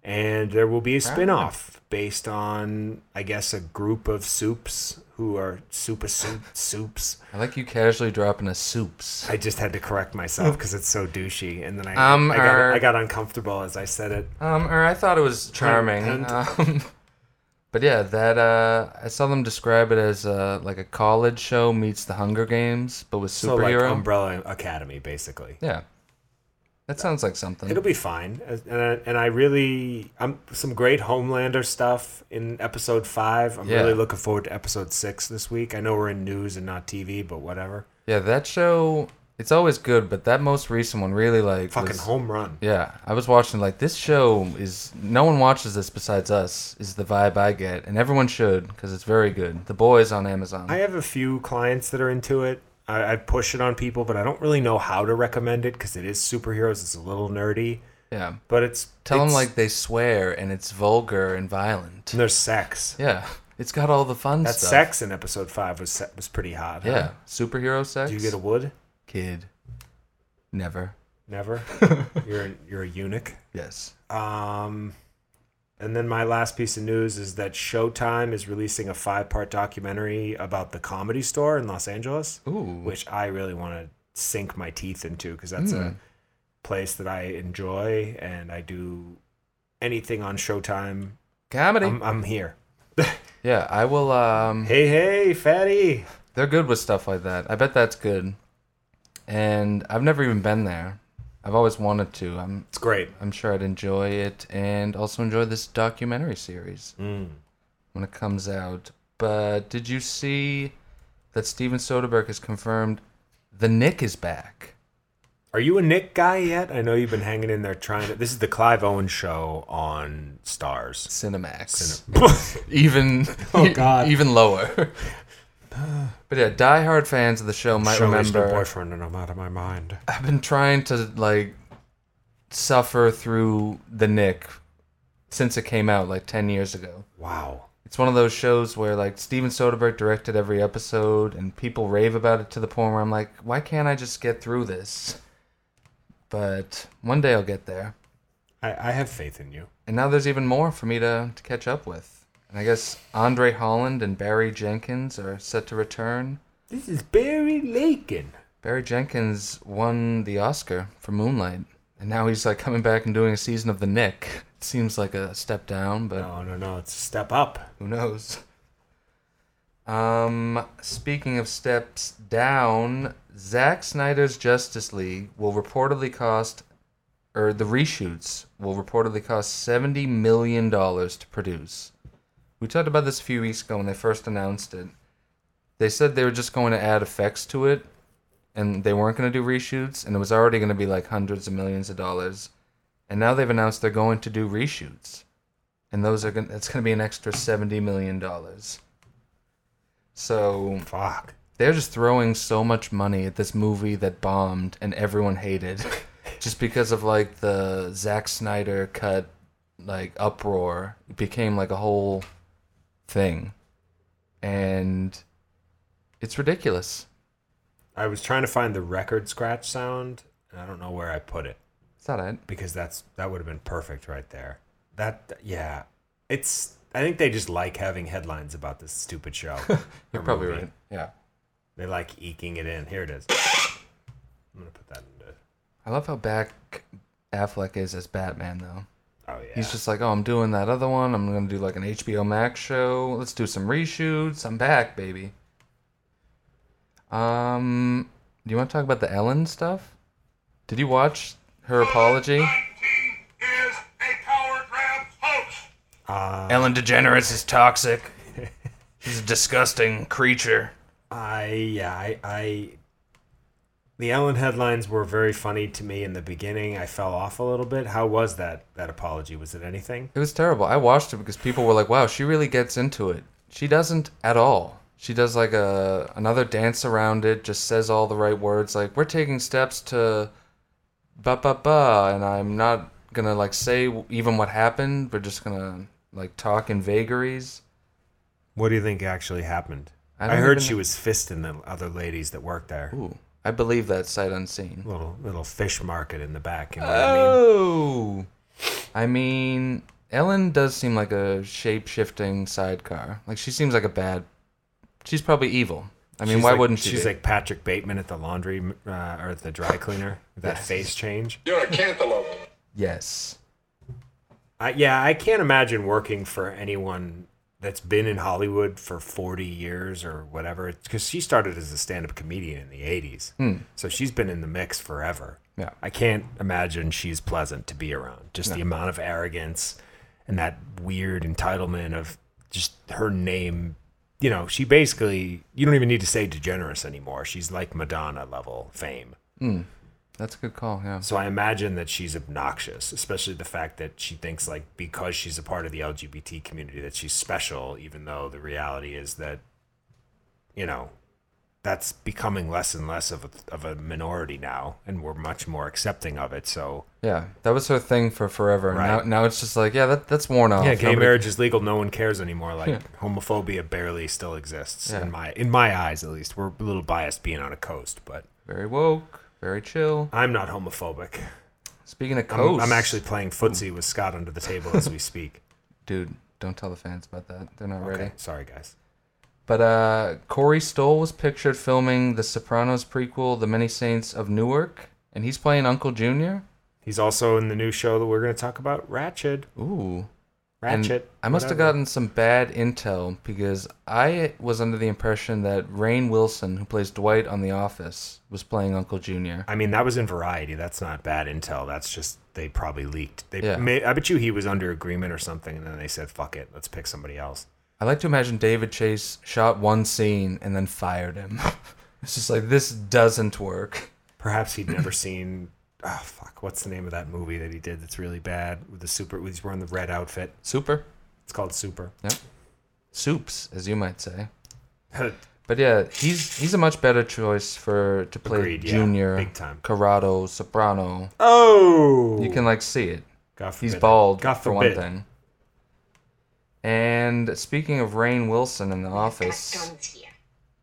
S6: And there will be a spin off based on, I guess, a group of soups who are super soup, soups.
S4: I like you casually dropping a soups.
S6: I just had to correct myself because it's so douchey. And then I,
S4: Um,
S6: I, got,
S4: er-
S6: I got uncomfortable as I said it.
S4: Um, or I thought it was charming.
S6: Hunt,
S4: Um, but yeah, that uh, I saw them describe it as uh, like a college show meets the Hunger Games, but with
S6: So, like,
S4: superhero.
S6: Umbrella Academy, basically.
S4: yeah, that sounds like something.
S6: It'll be fine, As- and I, and I really, I'm some great Homelander stuff in episode five. I'm
S4: Yeah.
S6: really looking forward to episode six this week. I know we're in news and not TV, but whatever.
S4: yeah, that show. It's always good, but that most recent one really like
S6: Fucking
S4: was-
S6: home run.
S4: Yeah, I was watching like this show is no one watches this besides us is the vibe I get, and everyone should because it's very good. The Boys on Amazon.
S6: I have a few clients that are into it. I, I push it on people, but I don't really know how to recommend it because it is superheroes. It's a little nerdy,
S4: yeah,
S6: but it's
S4: tell them
S6: it's-
S4: like they swear and it's vulgar and violent.
S6: and there's sex.
S4: Yeah, it's got all the fun
S6: That
S4: stuff.
S6: sex in episode five was se- was pretty hot. huh?
S4: Yeah, superhero sex.
S6: Do you get a wood?
S4: kid? Never.
S6: Never. you're you're a eunuch.
S4: Yes.
S6: Um, and then my last piece of news is that Showtime is releasing a five-part documentary about the Comedy Store in Los Angeles,
S4: Ooh.
S6: which I really want to sink my teeth into because that's
S4: Hmm.
S6: a place that I enjoy and I do anything on Showtime.
S4: Comedy.
S6: I'm, I'm here.
S4: yeah, I will. Um,
S6: Hey, hey, fatty.
S4: they're good with stuff like that. I bet that's good. And I've never even been there. I've always wanted to. I'm.
S6: It's great.
S4: I'm sure I'd enjoy it and also enjoy this documentary series
S6: Mm.
S4: when it comes out. But did you see that Steven Soderbergh has confirmed the Nick is back?
S6: Are you a Nick guy yet? I know you've been hanging in there trying to. This is the Clive Owen show on Stars.
S4: Cinemax. even
S6: Oh, God.
S4: even lower. but yeah, diehard fans of the show might
S6: Show me
S4: remember.
S6: no boyfriend and I'm out of my mind.
S4: I've been trying to like suffer through the Nick since it came out like ten years ago.
S6: Wow.
S4: It's one of those shows where like Steven Soderbergh directed every episode, and people rave about it to the point where I'm like, why can't I just get through this? But one day I'll get there.
S6: I, I have faith in you.
S4: and now there's even more for me to, to catch up with. And I guess Andre Holland and Barry Jenkins are set to return.
S6: This is Barry Lakin.
S4: Barry Jenkins won the Oscar for Moonlight, and now he's like coming back and doing a season of The Nick. It seems like a step down, but
S6: No, no, no. It's a step up.
S4: who knows? Um, speaking of steps down, Zack Snyder's Justice League will reportedly cost, or the reshoots will reportedly cost seventy million dollars to produce. We talked about this a few weeks ago when they first announced it. They said they were just going to add effects to it, and they weren't going to do reshoots, and it was already going to be like hundreds of millions of dollars. And now they've announced they're going to do reshoots and those are gonna that's gonna be an extra 70 million dollars so
S6: Fuck.
S4: they're just throwing so much money at this movie that bombed and everyone hated just because of like the Zack Snyder cut like uproar it became like a whole thing and it's ridiculous
S6: I was trying to find the record scratch sound, and I don't know where I put it
S4: it's not it
S6: because that's that would have been perfect right there. That yeah, it's. I think they just like having headlines about this stupid show.
S4: you're probably right yeah
S6: They like eking it in. Here it is. I'm gonna put that in. the-
S4: I love how back Affleck is as Batman though
S6: Oh yeah.
S4: He's just like, oh, I'm doing that other one. I'm gonna do like an HBO Max show. Let's do some reshoots. I'm back, baby. Um, do you want to talk about the Ellen stuff? Did you watch her apology?
S5: is a power grab hoax.
S4: Ellen DeGeneres is toxic. She's a disgusting creature.
S6: I yeah, I, I the Ellen headlines were very funny to me in the beginning. I fell off a little bit. How was that that apology? Was it anything?
S4: It was terrible. I watched it because people were like, "Wow, she really gets into it." She doesn't at all. She does like a another dance around it, just says all the right words like, "We're taking steps to ba ba ba," and I'm not going to like say w- even what happened. We're just going to like talk in vagaries.
S6: What do you think actually happened?
S4: I
S6: I,
S4: don't
S6: heard
S4: even
S6: she
S4: know.
S6: was fisting the other ladies that worked there.
S4: Ooh, I believe that sight unseen.
S6: Little little fish market in the back. You know what I mean?
S4: Oh. I mean, Ellen does seem like a shape-shifting sidecar. Like she seems like a bad She's probably evil. I mean,
S6: She's
S4: why
S6: like-
S4: wouldn't she?
S6: She's
S4: be?
S6: like Patrick Bateman at the laundry uh, or at the dry cleaner. with That face change.
S8: You're a cantaloupe.
S4: Yes.
S6: I, yeah, I can't imagine working for anyone that's been in Hollywood for 40 years or whatever. Because she started as a stand up comedian in the 80s. So she's been in the mix forever.
S4: Yeah.
S6: I can't imagine she's pleasant to be around. Just the amount of arrogance and that weird entitlement of just her name. You know, she basically, you don't even need to say DeGeneres anymore. She's like Madonna level fame.
S4: That's a good call. Yeah.
S6: So I imagine that she's obnoxious, especially the fact that she thinks like because she's a part of the LGBT community that she's special, even though the reality is that, you know, that's becoming less and less of a, of a minority now, and we're much more accepting of it. So
S4: Yeah. That was her thing for forever. and
S6: Right.
S4: Now, now it's just like, yeah, that, that's worn off.
S6: yeah, gay
S4: Nobody-
S6: marriage is legal; no one cares anymore. Like homophobia barely still exists
S4: Yeah.
S6: in my in my eyes, at least. We're a little biased being on a coast, but
S4: Very woke. Very chill.
S6: I'm not homophobic.
S4: Speaking of
S6: I'm,
S4: coast,
S6: I'm actually playing footsie with Scott under the table as we speak.
S4: dude. Don't tell the fans about that. They're not ready.
S6: Okay, sorry guys.
S4: But uh, Corey Stoll was pictured filming the Sopranos prequel, The Many Saints of Newark, and he's playing Uncle Junior.
S6: He's also in the new show that we're going to talk about, Ratchet.
S4: Ooh. And
S6: Ratchet.
S4: I must have
S6: whatever.
S4: gotten some bad intel because I was under the impression that Rain Wilson, who plays Dwight on The Office, was playing Uncle Junior.
S6: I mean, that was in Variety. That's not bad intel. That's just they probably leaked. They,
S4: Yeah.
S6: may, I bet you he was under agreement or something, and then they said, "Fuck it, let's pick somebody else."
S4: I like to imagine David Chase shot one scene and then fired him. it's just like this doesn't work.
S6: Perhaps he'd never seen. Oh fuck! What's the name of that movie that he did that's really bad with the super? He's wearing the red outfit.
S4: Super.
S6: It's called Super.
S4: Soups, as you might say.
S6: Huh.
S4: But yeah, he's he's a much better choice for to play
S6: Agreed, yeah.
S4: Junior,
S6: Big time.
S4: Corrado, Soprano.
S6: oh,
S4: You can like see it.
S6: God
S4: He's
S6: forbid.
S4: bald
S6: God
S4: for one
S6: forbid.
S4: thing. And speaking of Rain Wilson in the office,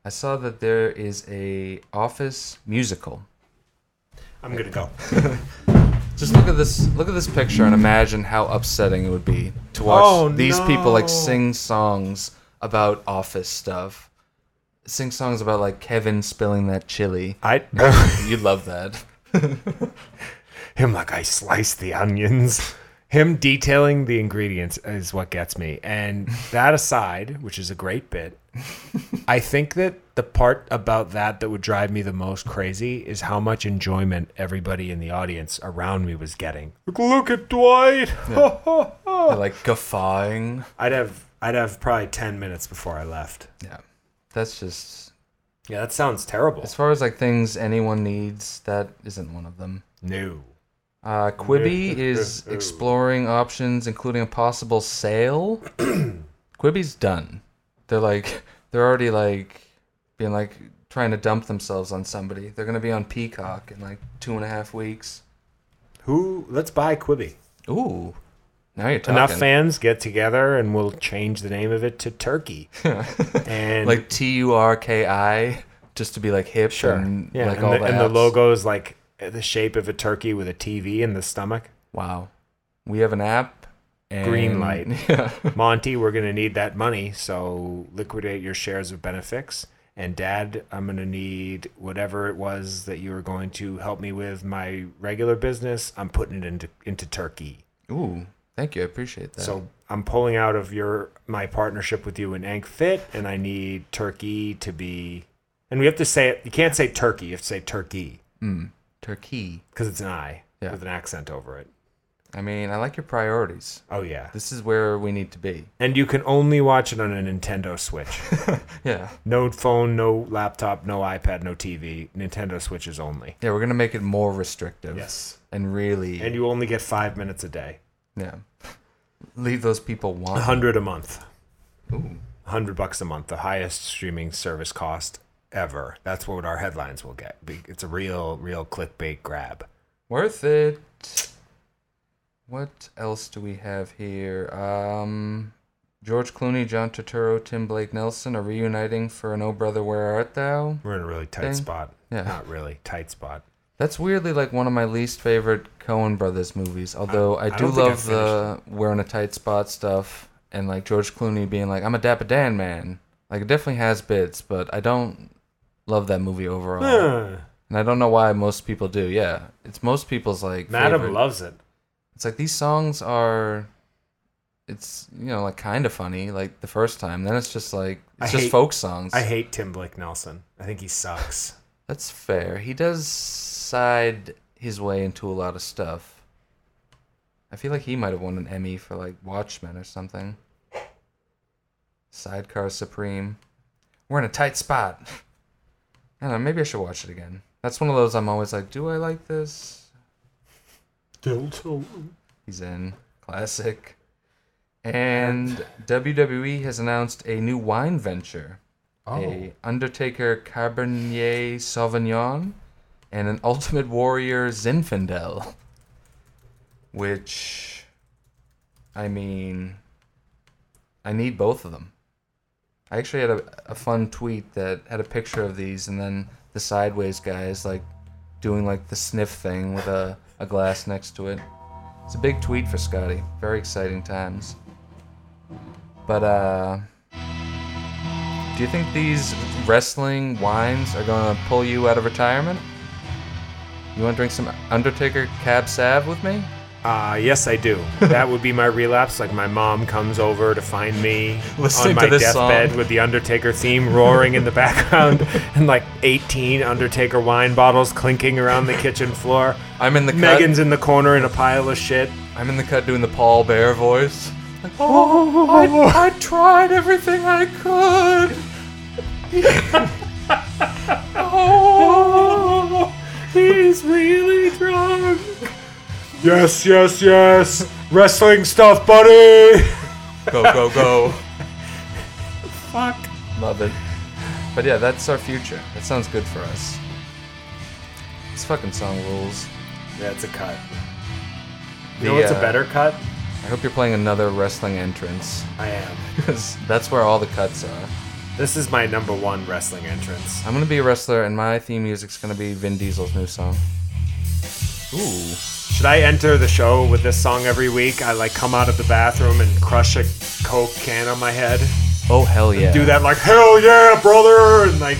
S4: I saw that there is a office musical.
S6: I'm gonna go.
S4: Just look at this look at this picture and imagine how upsetting it would be to watch
S6: Oh,
S4: these people like
S6: no.
S4: sing songs about office stuff. Sing songs about like Kevin spilling that chili.
S6: I.
S4: You'd love that.
S6: him like I sliced the onions. Him detailing the ingredients is what gets me. And that aside, which is a great bit, I think that the part about that that would drive me the most crazy is how much enjoyment everybody in the audience around me was getting. Like, Look at Dwight.
S4: They're, like guffawing.
S6: I'd have I'd have probably 10 minutes before I left.
S4: Yeah. That's just
S6: Yeah, that sounds terrible.
S4: as far as like things anyone needs, that isn't one of them.
S6: No.
S4: Uh, Quibi is exploring options, including a possible sale. Quibi's done. They're like, they're already like being like trying to dump themselves on somebody. They're gonna be on Peacock in like two and a half weeks.
S6: Who let's buy Quibi.
S4: Ooh, now you're talking.
S6: Enough fans get together and we'll change the name of it to Turkey. and
S4: like T U R K I, just to be like hip and
S6: yeah,
S4: like
S6: and,
S4: all
S6: the,
S4: the,
S6: and the
S4: apps.
S6: logo is like the shape of a turkey with a TV in the stomach.
S4: Wow, we have an app. And,
S6: Green light.
S4: Yeah.
S6: Monty, we're gonna need that money, so liquidate your shares of Benefix. And Dad, I'm gonna need whatever it was that you were going to help me with my regular business. I'm putting it into into Turkey.
S4: Ooh, thank you. I appreciate that.
S6: So I'm pulling out of your my partnership with you in AnkFit, and I need Turkey to be And we have to say it. You can't say turkey. You have to say turkey
S4: Turkey.
S6: because it's an I
S4: Yeah.
S6: with an accent over it.
S4: I mean, I like your priorities.
S6: Oh yeah.
S4: This is where we need to be.
S6: And you can only watch it on a Nintendo Switch.
S4: Yeah.
S6: no phone, no laptop, no iPad, no TV. Nintendo Switches only.
S4: Yeah, we're gonna make it more restrictive.
S6: Yes.
S4: And really
S6: And you only get five minutes a day.
S4: Yeah. Leave those people
S6: A
S4: wanting.
S6: hundred a month. A Hundred bucks a month, the highest streaming service cost ever. That's what our headlines will get. Be- It's a real, real clickbait grab.
S4: Worth it. What else do we have here? Um George Clooney, John Turturro, Tim Blake Nelson are reuniting for an Oh Brother Where Art Thou?
S6: We're in a really tight
S4: Thing.
S6: spot.
S4: Yeah.
S6: Not really tight spot.
S4: That's weirdly like one of my least favorite Coen Brothers movies. Although I,
S6: I
S4: do
S6: don't think I
S4: love the we're in a tight spot stuff and like George Clooney being like, I'm a Dapper Dan man. Like it definitely has bits, but I don't love that movie overall. And I don't know why most people do. Yeah. It's most people's like
S6: Madam
S4: favorite-
S6: loves it.
S4: It's like these songs are it's you know, like kinda funny, like the first time. Then it's just like
S6: I
S4: it's just
S6: hate-
S4: folk songs.
S6: I hate Tim Blake Nelson. I think he sucks.
S4: That's fair. He does side his way into a lot of stuff. I feel like he might have won an Emmy for like Watchmen or something. Sidecar Supreme. We're in a tight spot. I don't know, maybe I should watch it again. That's one of those I'm always like, do I like this? He's in. Classic. And WWE has announced a new wine venture. A Undertaker Cabernet Sauvignon and an Ultimate Warrior Zinfandel. Which, I mean, I need both of them. I actually had a, a fun tweet that had a picture of these, and then the sideways guy is like doing like the sniff thing with a, a glass next to it. It's a big tweet for Scotty. Very exciting times. But uh do you think these wrestling wines are gonna pull you out of retirement? You wanna drink some Undertaker Cab Sav with me?
S6: Uh, yes, I do. That would be my relapse. Like my mom comes over to find me
S4: Listening
S6: on
S4: to
S6: my
S4: this
S6: deathbed
S4: song.
S6: with the Undertaker theme roaring in the background, and like 18 Undertaker wine bottles clinking around the kitchen floor.
S4: I'm in the cut.
S6: Megan's in the corner in a pile of shit.
S4: I'm in the cut doing the Paul Bear voice. Like, oh, I, I tried everything I could.
S6: Oh, he's really drunk. Yes, yes, yes. Wrestling stuff, buddy.
S4: Go, go, go.
S6: Fuck.
S4: Love it. But yeah, that's our future. That sounds good for us. This fucking song rules.
S6: That's a cut.
S4: The,
S6: You know what's a
S4: uh,
S6: better cut?
S4: I hope you're playing another wrestling entrance
S6: I am.
S4: because that's where all the cuts are.
S6: This is my number one wrestling entrance.
S4: I'm gonna be a wrestler, and my theme music's gonna be Vin Diesel's new song. Ooh,
S6: Should I enter the show with this song every week? I like come out of the bathroom and crush a Coke can on my head.
S4: oh hell yeah!
S6: Do that like hell yeah, brother, and like,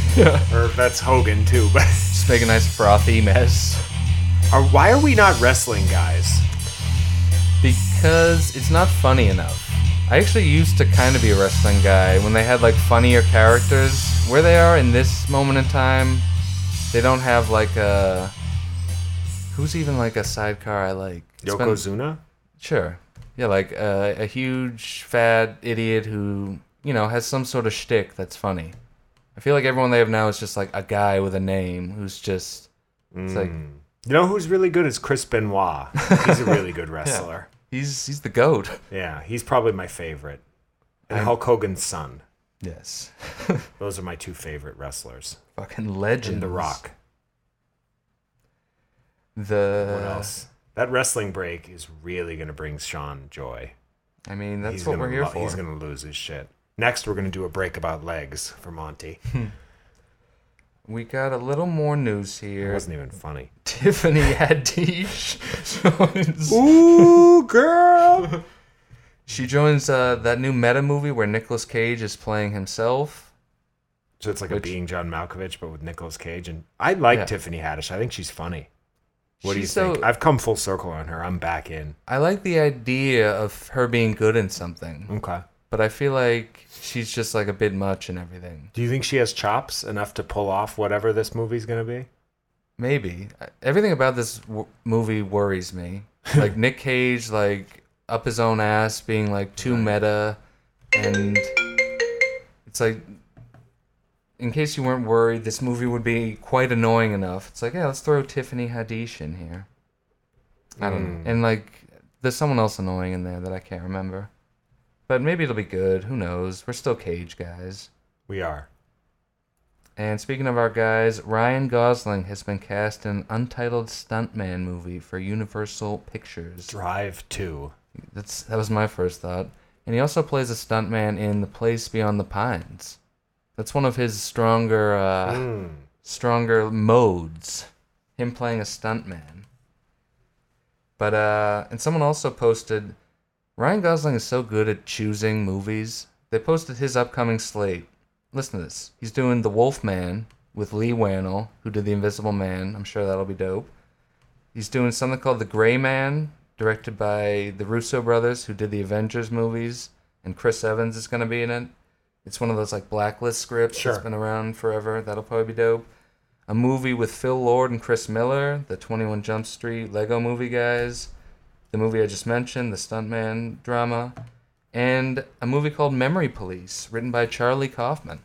S6: or that's Hogan too. But
S4: Just make a nice frothy mess.
S6: are, why are we not wrestling guys?
S4: Because it's not funny enough. I actually used to kind of be a wrestling guy when they had like funnier characters. Where they are in this moment in time, they don't have like a. Who's even like a sidecar I like? It's been-
S6: Yokozuna.
S4: Sure. Yeah, like uh, a huge fat idiot who you know has some sort of shtick that's funny. I feel like everyone they have now is just like a guy with a name who's just it's like
S6: You know who's really good is Chris Benoit. He's a really good wrestler.
S4: he's he's the goat.
S6: yeah. he's probably my favorite. And Hulk Hogan's son.
S4: Yes,
S6: Those are my two favorite wrestlers.
S4: fucking legend.
S6: And The Rock.
S4: The
S6: What else? That wrestling break is really gonna bring Sean joy.
S4: I mean, that's
S6: He's
S4: what
S6: gonna
S4: we're here
S6: lo-
S4: for.
S6: He's gonna lose his shit. Next, we're gonna do a break about legs for Monty.
S4: We got a little more news
S6: It
S4: here.
S6: wasn't even funny.
S4: Tiffany Haddish joins.
S6: Ooh, girl.
S4: She joins uh, that new meta movie where Nicolas Cage is playing himself.
S6: So it's like
S4: Which-
S6: a being John Malkovich, but with Nicolas Cage. And I like
S4: Yeah.
S6: Tiffany Haddish. I think she's funny. What
S4: She's
S6: do you think?
S4: so-
S6: I've come full circle on her. I'm back in.
S4: I like the idea of her being good in something.
S6: Okay.
S4: but I feel like she's just like a bit much and everything.
S6: Do you think she has chops enough to pull off whatever this movie's gonna be?
S4: Maybe I- everything about this w- movie worries me. Like Nick Cage, like up his own ass, being like too meta, and it's like, in case you weren't worried, this movie would be quite annoying enough. It's like, yeah, let's throw Tiffany Haddish in here. I don't know. And like, there's someone else annoying in there that I can't remember. But maybe it'll be good. Who knows? We're still Cage guys.
S6: We are.
S4: And speaking of our guys, Ryan Gosling has been cast in an untitled stuntman movie for Universal Pictures.
S6: Drive two.
S4: That's that was my first thought. And he also plays a stuntman in The Place Beyond the Pines. That's one of his stronger uh, stronger modes. Him playing a stuntman. But uh and someone also posted Ryan Gosling is so good at choosing movies. They posted his upcoming slate. Listen to this. He's doing The Wolf Man with Lee Wannell, who did The Invisible Man. I'm sure that'll be dope. He's doing something called The Gray Man, directed by the Russo brothers, who did the Avengers movies, and Chris Evans is going to be in it. It's one of those like blacklist scripts
S6: Sure.
S4: that's been around forever. That'll probably be dope. A movie with Phil Lord and Chris Miller, the 21 Jump Street Lego movie guys, the movie I just mentioned, the Stuntman drama, and a movie called Memory Police, written by Charlie Kaufman.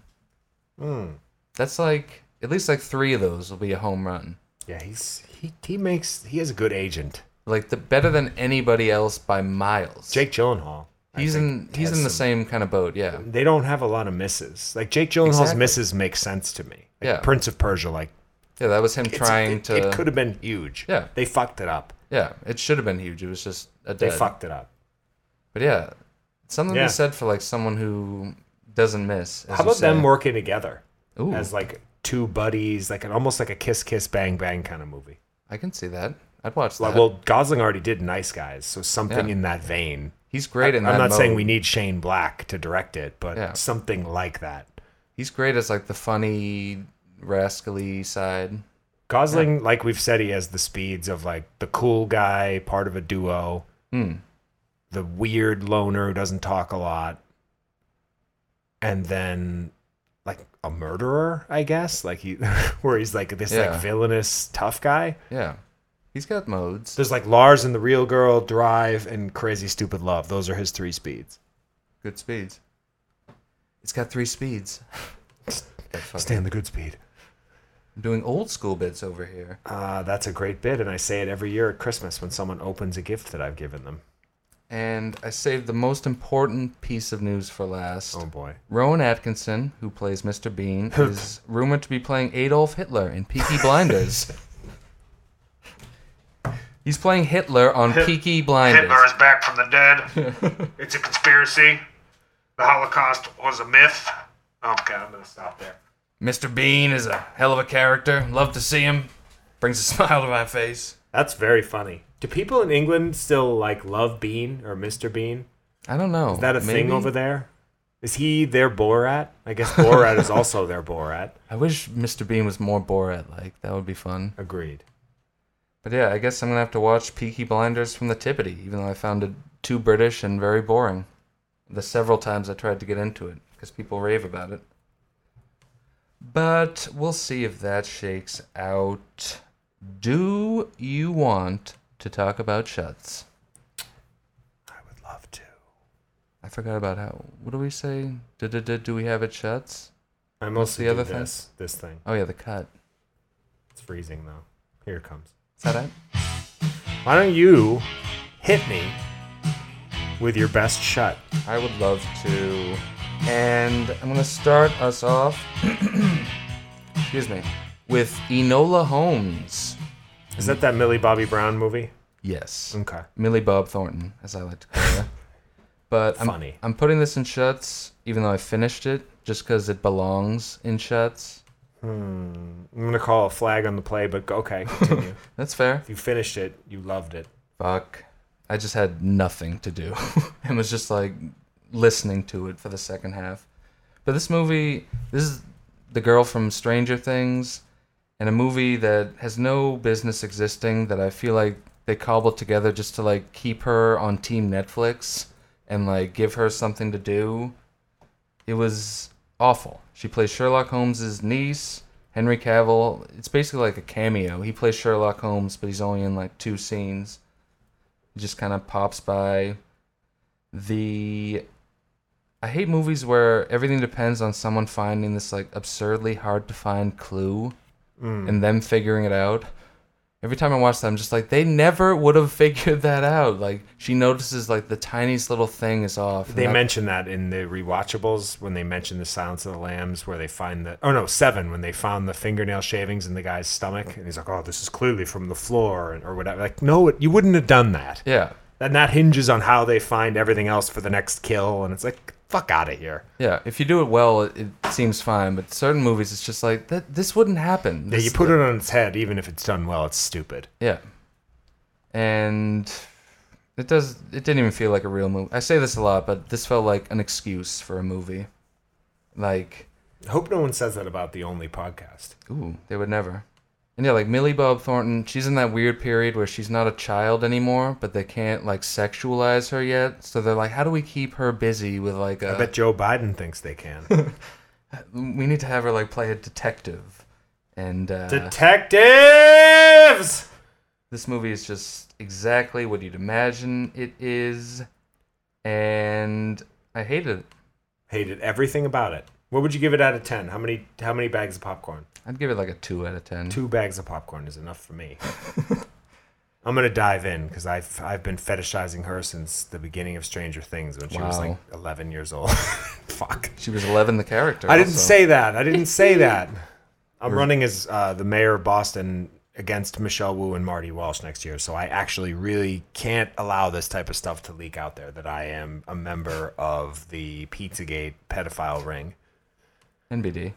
S6: Hmm.
S4: That's like, at least like three of those will be a home run.
S6: Yeah, he's he he makes he is a good agent.
S4: like the better than anybody else by miles.
S6: Jake Gyllenhaal. I
S4: he's in
S6: think,
S4: he's
S6: has
S4: in the
S6: some-
S4: same kind of boat. Yeah,
S6: They don't have a lot of misses. Like Jake Gyllenhaal's
S4: Exactly.
S6: misses make sense to me. Like
S4: Yeah.
S6: Prince of Persia, like
S4: yeah, that was him
S6: it's-
S4: trying
S6: it,
S4: to.
S6: It could have been huge.
S4: Yeah.
S6: they fucked it up.
S4: yeah, it should have been huge. It was just a
S6: They
S4: dead.
S6: fucked it up.
S4: But yeah, something
S6: Yeah.
S4: they said for like someone who doesn't miss. as
S6: How
S4: you
S6: about them
S4: say.
S6: working together
S4: Ooh,
S6: as like two buddies, like an almost like a kiss kiss bang bang kind of movie?
S4: I can see that. I'd watch that.
S6: Like, well, Gosling already did Nice Guys, so something
S4: Yeah.
S6: in that vein.
S4: he's great in that.
S6: I'm not saying
S4: mode.
S6: we need Shane Black to direct it, but
S4: Yeah.
S6: something like that.
S4: He's great as like the funny, rascally side.
S6: Gosling, like we've said, he has the speeds of like the cool guy, part of a duo, the weird loner who doesn't talk a lot, and then like a murderer, I guess, like he, where he's like this
S4: Yeah.
S6: like villainous tough guy.
S4: Yeah, he's got modes.
S6: There's like Lars and the Real Girl, Drive, and Crazy Stupid Love. Those are his three speeds.
S4: Good speeds. It's got three speeds.
S6: Stand the good speed.
S4: I'm doing old school bits over here.
S6: Uh, that's a great bit, and I say it every year at Christmas when someone opens a gift that I've given them.
S4: And I saved the most important piece of news for last.
S6: Oh boy.
S4: Rowan Atkinson, who plays Mr. Bean, is rumored to be playing Adolf Hitler in Peaky Blinders. He's playing Hitler on Peaky Blinders.
S5: Hitler is back from the dead. it's a conspiracy. The Holocaust was a myth. Okay, I'm gonna stop there.
S4: Mr. Bean is a hell of a character. Love to see him. Brings a smile to my face.
S6: That's very funny. Do people in England still like love Bean or Mr. Bean?
S4: I don't know.
S6: Is that a thing over there? Is he their Borat? I guess Borat is also their Borat.
S4: I wish Mr. Bean was more Borat like. That would be fun.
S6: Agreed.
S4: But yeah, I guess I'm gonna have to watch Peaky Blinders from the Tippity, even though I found it too British and very boring. The several times I tried to get into it, because people rave about it. But we'll see if that shakes out. Do you want to talk about shuts?
S6: I would love to.
S4: I forgot about how. What do we say? Do do do do we have it shuts?
S6: I mostly
S4: the
S6: do
S4: other thing?
S6: this. This thing.
S4: Oh yeah, the cut.
S6: It's freezing though. Here it comes.
S4: Is that it?
S6: Why don't you hit me with your best shut?
S4: I would love to. And I'm going to start us off, excuse me, with Enola Holmes.
S6: Is that that Millie Bobby Brown movie?
S4: Yes.
S6: Okay.
S4: Millie Bob Thornton, as I like to call her. But I'm,
S6: Funny.
S4: I'm putting this in shuts, even though I finished it, just because it belongs in shuts.
S6: I'm gonna call a flag on the play, but go- okay, continue.
S4: That's fair.
S6: you finished it. You loved it.
S4: Fuck. I just had nothing to do and was just like listening to it for the second half. But this movie, this is the girl from Stranger Things, and a movie that has no business existing that I feel like they cobbled together just to like keep her on Team Netflix and like give her something to do. It was awful. She plays Sherlock Holmes's niece, Henry Cavill. It's basically like a cameo. He plays Sherlock Holmes, but he's only in like two scenes. He just kind of pops by. The I hate movies where everything depends on someone finding this like absurdly hard to find clue
S6: Mm.
S4: and them figuring it out. Every time I watch them, I'm just like, they never would have figured that out. Like, she notices, like, the tiniest little thing is off. and
S6: They
S4: that-
S6: mention that in the rewatchables when they mention the Silence of the Lambs, where they find the oh no seven when they found the fingernail shavings in the guy's stomach, and he's like, "Oh, this is clearly from the floor," and, or whatever. Like, no, it, you wouldn't have done that.
S4: Yeah.
S6: And that hinges on how they find everything else for the next kill, and it's like, fuck out of here.
S4: Yeah. If you do it well, it, it seems fine. But certain movies, it's just like, that. this wouldn't happen.
S6: Yeah,
S4: This-
S6: you put it on its head, even if it's done well, it's stupid.
S4: Yeah. And it does it didn't even feel like a real movie. I say this a lot, but this felt like an excuse for a movie. Like,
S6: I hope no one says that about the only podcast.
S4: ooh, they would never. And yeah, like Millie Bob Thornton, she's in that weird period where she's not a child anymore, but they can't like sexualize her yet. So they're like, how do we keep her busy with like a
S6: I bet Joe Biden thinks they can.
S4: we need to have her like play a detective. And uh,
S6: Detectives.
S4: this movie is just exactly what you'd imagine it is. And I hated it.
S6: Hated everything about it. What would you give it out of ten? How many how many bags of popcorn?
S4: I'd give it like a two out of ten.
S6: Two bags of popcorn is enough for me. I'm gonna dive in because I've I've been fetishizing her since the beginning of Stranger Things when she was
S4: Wow.
S6: like 11 years old. Fuck.
S4: She was eleven, the character.
S6: I didn't
S4: also.
S6: say that. I didn't say that. I'm running as uh, the mayor of Boston against Michelle Wu and Marty Walsh next year, so I actually really can't allow this type of stuff to leak out there that I am a member of the Pizzagate pedophile ring.
S4: NBD.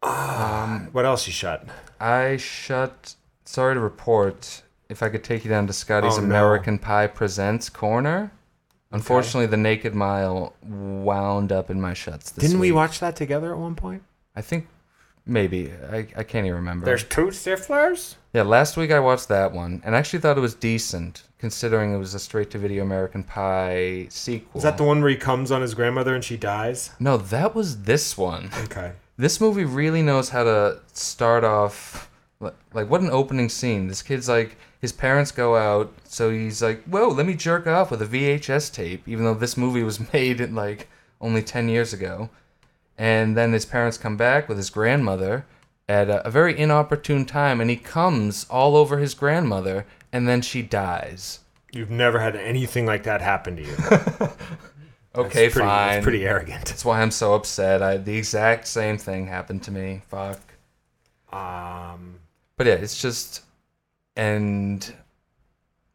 S6: What else you shut?
S4: I shut. Sorry to report. If I could take you down to Scotty's
S6: Oh, no.
S4: American Pie Presents corner. Unfortunately, The Naked Mile wound up in my shuts this
S6: Didn't we
S4: week.
S6: watch that together at one point?
S4: I think maybe I, I can't even remember.
S6: two Stiflers?
S4: Yeah, last week I watched that one and actually thought it was decent considering it was a straight to video American Pie sequel.
S6: Is that the one where he comes on his grandmother and she dies?
S4: No, that was this one.
S6: Okay.
S4: this movie really knows how to start off li- like what an opening scene this kid's like his parents go out so he's like whoa let me jerk off with a vhs tape even though this movie was made in, like only 10 years ago and then his parents come back with his grandmother at a, a very inopportune time and he comes all over his grandmother and then she dies
S6: You've never had anything like that happen to you.
S4: okay
S6: pretty,
S4: fine
S6: It's pretty arrogant.
S4: that's why i'm so upset I, the exact same thing happened to me fuck
S6: Um,
S4: but yeah, it's just and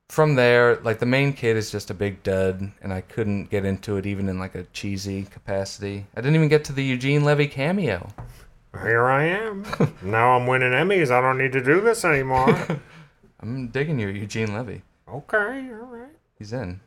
S4: from there, like the main kid is just a big dud, and I couldn't get into it even in like a cheesy capacity. I didn't even get to the Eugene Levy cameo.
S6: here I am. now I'm winning Emmys. I don't need to do this anymore.
S4: I'm digging you, Eugene Levy.
S6: okay, all right.
S4: He's in.
S6: You're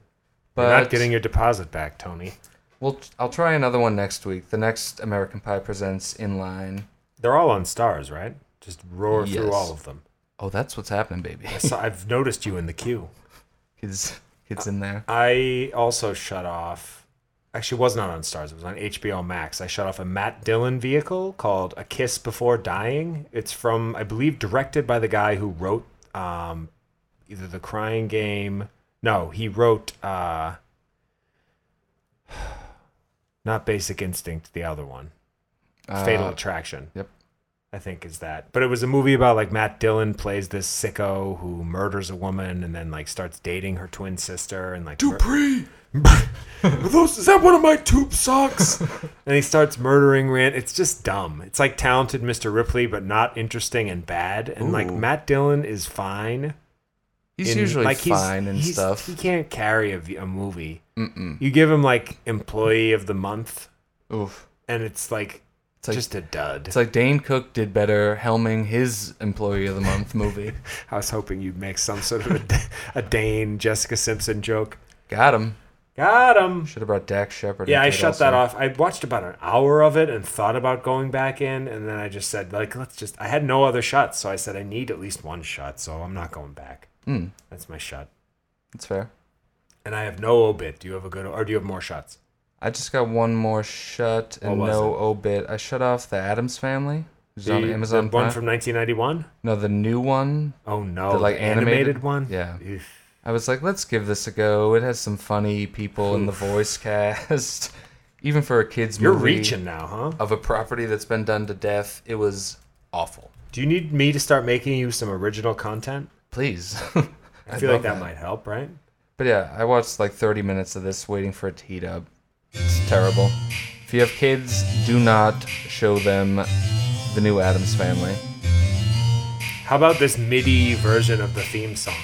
S4: But
S6: not getting your deposit back, Tony.
S4: Well, I'll try another one next week. The next American Pie presents in line.
S6: They're all on stars, right? Just roar
S4: Yes.
S6: through all of them.
S4: Oh, that's what's happening, baby.
S6: So I've noticed you in the queue.
S4: Kids, kids in there.
S6: I also shut off. Actually, it was not on Stars. It was on HBO Max. I shut off a Matt Dillon vehicle called "A Kiss Before Dying." It's from, I believe, directed by the guy who wrote um, either The Crying Game. No, he wrote uh, not Basic Instinct, the other one,
S4: Uh,
S6: Fatal Attraction.
S4: Yep.
S6: I think is that. But it was a movie about like Matt Dillon plays this sicko who murders a woman and then like starts dating her twin sister and like Dupree. Those, is that one of my tube socks? and he starts murdering Rand. It's just dumb. It's like talented Mr. Ripley, but not interesting and bad. And like Matt Dillon is fine.
S4: He's
S6: in-
S4: usually
S6: he's-
S4: fine and
S6: he's-
S4: stuff.
S6: He can't carry a, v- a movie. You give him like employee of the month,
S4: Oof.
S6: and it's like,
S4: like-
S6: just a dud.
S4: It's like Dane Cook did better helming his Employee of the Month movie.
S6: I was hoping you'd make some sort of a, a Dane Jessica Simpson joke.
S4: Got him.
S6: Got him.
S4: Should have brought Dak Shepard.
S6: Yeah,
S4: into
S6: I
S4: it
S6: shut that
S4: also.
S6: off. I watched about an hour of it and thought about going back in, and then I just said, like, let's just. I had no other shots, so I said
S4: Hmm.
S6: I need at least one shot, so I'm not going back. That's my shot.
S4: That's fair.
S6: and I have no obit. Do you have a good or do you have more shots?
S4: I just got one more shut and
S6: What was
S4: no
S6: it?
S4: obit. I shut off the Adams Family. It's on
S6: The-
S4: Amazon
S6: the one
S4: Prime.
S6: from 1991.
S4: no, the new one.
S6: Oh no,
S4: The, like,
S6: the animated,
S4: animated-
S6: one.
S4: Yeah.
S6: Eugh.
S4: I was like, let's give this a go. It has some funny people in the voice cast. Even for a kids
S6: You're
S4: movie
S6: reaching now, huh?
S4: of a property that's been done to death, it was awful.
S6: Do you need me to start making you some original content?
S4: Please.
S6: I feel like that, might help, right?
S4: But yeah, I watched like 30 minutes of this waiting for it to heat up. It's terrible. If you have kids, do not show them the new Adams Family.
S6: How about this MIDI version of the theme song?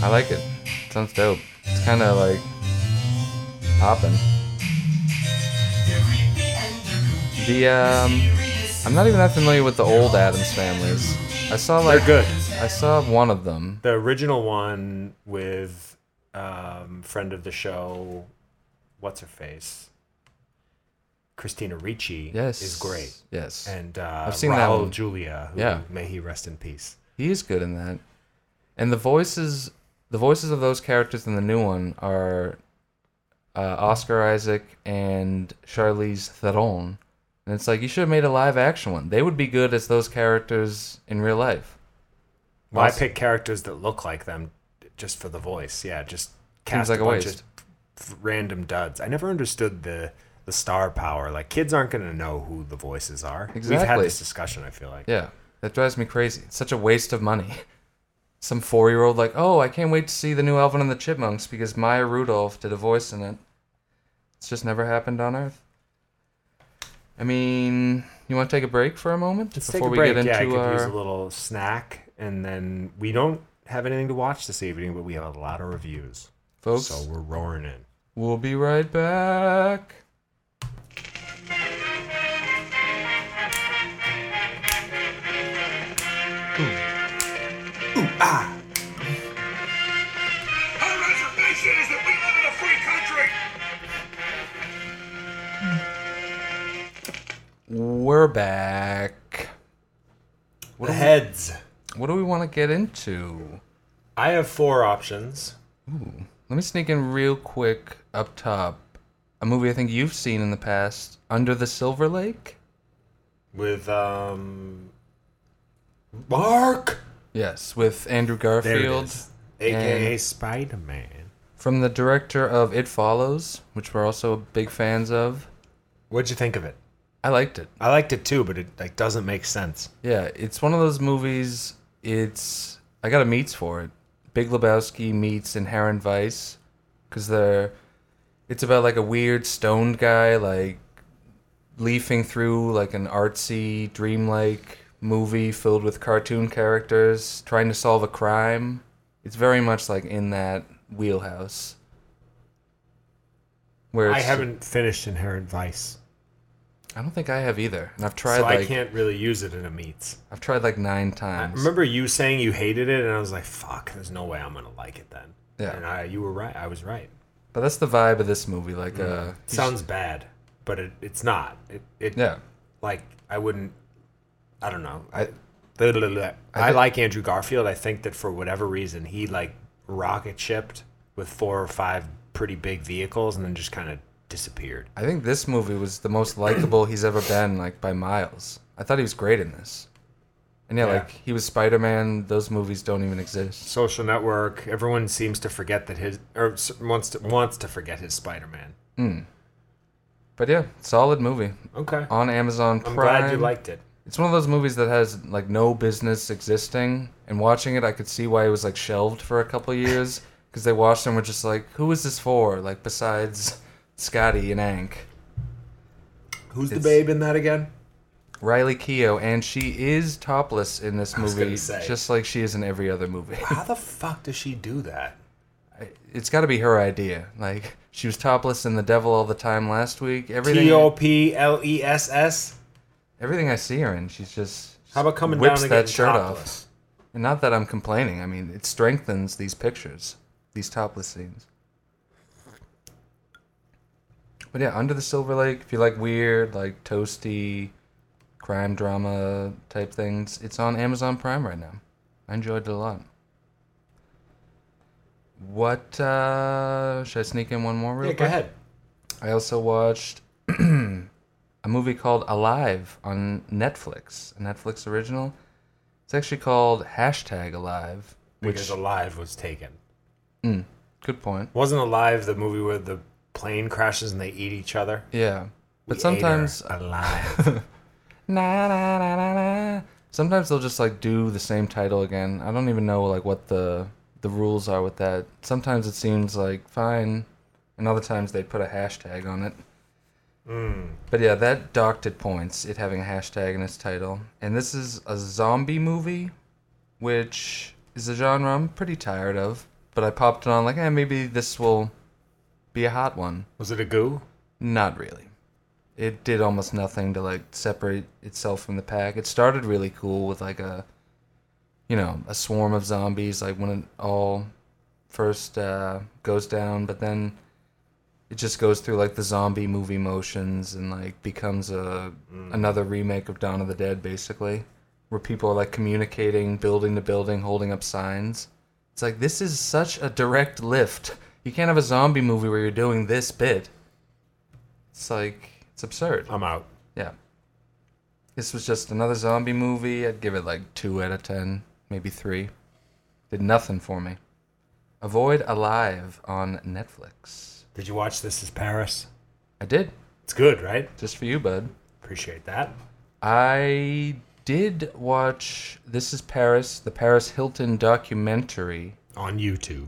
S4: I like it. Sounds dope. It's kind of like popping. The um, I'm not even that familiar with the old Adams families. I saw like
S6: They're good.
S4: I saw one of them.
S6: The original one with um, friend of the show, what's her face, Christina Ricci,
S4: Yes,
S6: is great,
S4: Yes,
S6: and uh,
S4: I've seen that
S6: Raul
S4: one.
S6: Julia, who,
S4: Yeah.
S6: may he rest in peace.
S4: he is good in that. And the voices, the voices of those characters in the new one are uh, Oscar Isaac and Charlize Theron. And it's like you should have made a live action one. They would be good as those characters in real life.
S6: Why
S4: Awesome.
S6: pick characters that look like them just for the voice? Yeah, just cast
S4: like
S6: a
S4: a
S6: bunch
S4: waste.
S6: of f- random duds. I never understood the the star power. Like kids aren't going to know who the voices are. We've had
S4: Exactly.
S6: this discussion. I feel like.
S4: Yeah, that drives me crazy. It's such a waste of money. Some four year old, like, oh, I can't wait to see the new Alvin and the Chipmunks because Maya Rudolph did a voice in it. It's just never happened on Earth. I mean, you want to take a break for a moment
S6: Let's take a break. yeah, I could use a
S4: our.
S6: little snack, and then we don't have anything to watch this evening, but we have a lot of reviews,
S4: Folks,
S6: so we're roaring in.
S4: we'll be right back.
S5: Our reservation is that we live in a free country.
S4: We're back.
S6: What heads?
S4: What do we want to get into?
S6: I have four options.
S4: Let me sneak in real quick up top. A movie I think you've seen in the past, Under the Silver Lake?
S6: with um Mark
S4: Yes, with Andrew
S6: There it
S4: Garfield
S6: is. aka Spider-Man.
S4: from the director of It Follows, which we're also big fans of.
S6: What'd you think of it?
S4: I liked it.
S6: I liked it too, but it like doesn't make sense.
S4: Yeah, it's one of those movies. It's I got a meets for it. Big Lebowski meets Inherent Vice, because they're. It's about like a weird stoned guy like leafing through like an artsy dreamlike movie filled with cartoon characters trying to solve a crime. It's very much like in that wheelhouse. Where
S6: I
S4: it's-
S6: haven't finished Inherent Vice,
S4: I don't think I have either, and I've tried
S6: so I
S4: like
S6: can't really use it in a meets.
S4: I've tried like nine
S6: I
S4: times.
S6: remember you saying you hated it, and I was like, "Fuck, there's no way I'm gonna like it then."
S4: Yeah.
S6: and I, you were right. I was right.
S4: But that's the vibe of this movie. Like, uh,
S6: Sounds bad, but it, it's not. It, it
S4: yeah,
S6: like I wouldn't. I don't know. I
S4: I-
S6: blah, blah, blah. I,
S4: thi-
S6: like Andrew Garfield. I think that for whatever reason he like rocket shipped with four or five pretty big vehicles and then just kind of disappeared.
S4: I think this movie was the most likable he's ever been, like by miles. I thought he was great in this. And yeah,
S6: Yeah.
S4: like he was Spider Man. Those movies don't even exist.
S6: Social Network. Everyone seems to forget that his or s- wants to wants to forget his Spider Man.
S4: But yeah, solid movie
S6: Okay,
S4: on Amazon Prime.
S6: I'm glad you liked it.
S4: It's one of those movies that has like no business existing. And watching it, I could see why it was like shelved for a couple years because they watched it and were just like, "Who is this for?" Like besides Scotty and Hank.
S6: Who's the
S4: It's-
S6: babe in that again?
S4: Riley Keough, and she is topless in this
S6: was
S4: movie,
S6: gonna say.
S4: just like she is in every other movie.
S6: How the fuck does she do that?
S4: it's got to be her idea. Like she was topless in The Devil All the Time last week. Everything,
S6: T O P L E S S.
S4: everything I see her in, she's just
S6: How about coming
S4: whips
S6: down and
S4: that
S6: getting
S4: shirt
S6: topless?
S4: off. And not that I'm complaining. I mean, it strengthens these pictures, these topless scenes. But yeah, Under the Silver Lake, if you like weird, like toasty, crime drama type things, it's on Amazon Prime right now. I enjoyed it a lot. What uh, should I sneak in one more? Real
S6: Yeah,
S4: quick?
S6: go ahead.
S4: I also watched a movie called Alive on Netflix, a Netflix original. It's actually called hashtag Alive,
S6: Because
S4: which
S6: Alive was taken.
S4: good point.
S6: Wasn't Alive the movie where the plane crashes and they eat each other?
S4: Yeah, but
S6: We ate her
S4: sometimes
S6: Alive.
S4: na na na na na. Sometimes they'll just like do the same title again. I don't even know like what the the rules are with that. Sometimes it seems like fine, and other times they put a hashtag on it. But yeah, that docked it points. It having a hashtag in its title, and this is a zombie movie, which is a genre I'm pretty tired of. But I popped it on like, eh, maybe this will be a hot one.
S6: was it a goo?
S4: Not really. It did almost nothing to like separate itself from the pack. It started really cool with like a, you know, a swarm of zombies. Like when it all first uh, goes down, but then it just goes through like the zombie movie motions and like becomes a another remake of Dawn of the Dead, basically, where people are like communicating building to building, holding up signs. It's like this is such a direct lift. You can't have a zombie movie where you're doing this bit. It's like it's absurd.
S6: I'm out.
S4: Yeah. This was just another zombie movie. I'd give it like two out of ten, maybe three. Did nothing for me. Avoid Alive on Netflix.
S6: Did you watch This Is Paris?
S4: I did.
S6: It's good, right?
S4: Just for you, bud.
S6: Appreciate that.
S4: I did watch This Is Paris, the Paris Hilton documentary.
S6: On YouTube.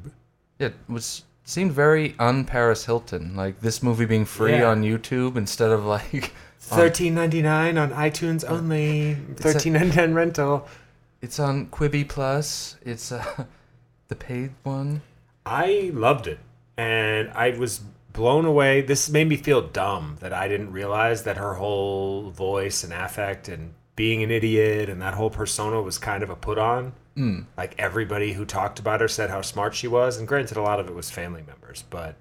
S4: It was seemed very un Paris Hilton, like this movie being free
S6: Yeah.
S4: on YouTube instead of like
S6: Thirteen ninety nine on iTunes only. Thirteen ninety nine rental.
S4: It's on Quibi Plus. It's uh, the paid one.
S6: I loved it, and I was blown away. This made me feel dumb that I didn't realize that her whole voice and affect and being an idiot and that whole persona was kind of a put on. Mm. Like everybody who talked about her said how smart she was, and granted, a lot of it was family members, but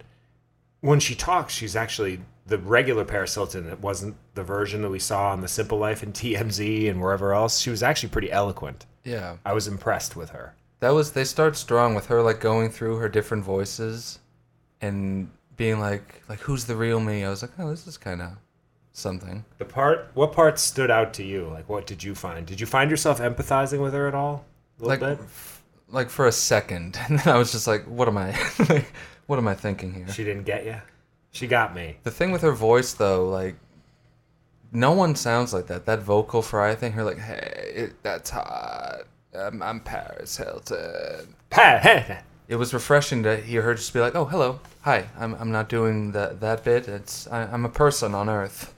S6: when she talks, she's actually the regular Paris Hilton that wasn't the version that we saw on The Simple Life and TMZ and wherever else. She was actually pretty eloquent.
S4: Yeah,
S6: I was impressed with her.
S4: that was. They start strong with her like going through her different voices, and being like, like who's the real me? I was like, oh, this is kind of something.
S6: The part, what part stood out to you? Like, what did you find? Did you find yourself empathizing with her at all? A
S4: Like,
S6: little bit.
S4: f- like for a second, and then I was just like, what am I, like, what am I thinking here?
S6: She didn't get you. She got me.
S4: The thing with her voice, though, like, no one sounds like that. That vocal fry thing, her like, hey, it, that's hot. Um, I'm Paris Hilton.
S6: Pa-
S4: it was refreshing to hear her just be like, "Oh, hello, hi. I'm I'm not doing that that bit. It's I, I'm a person on Earth."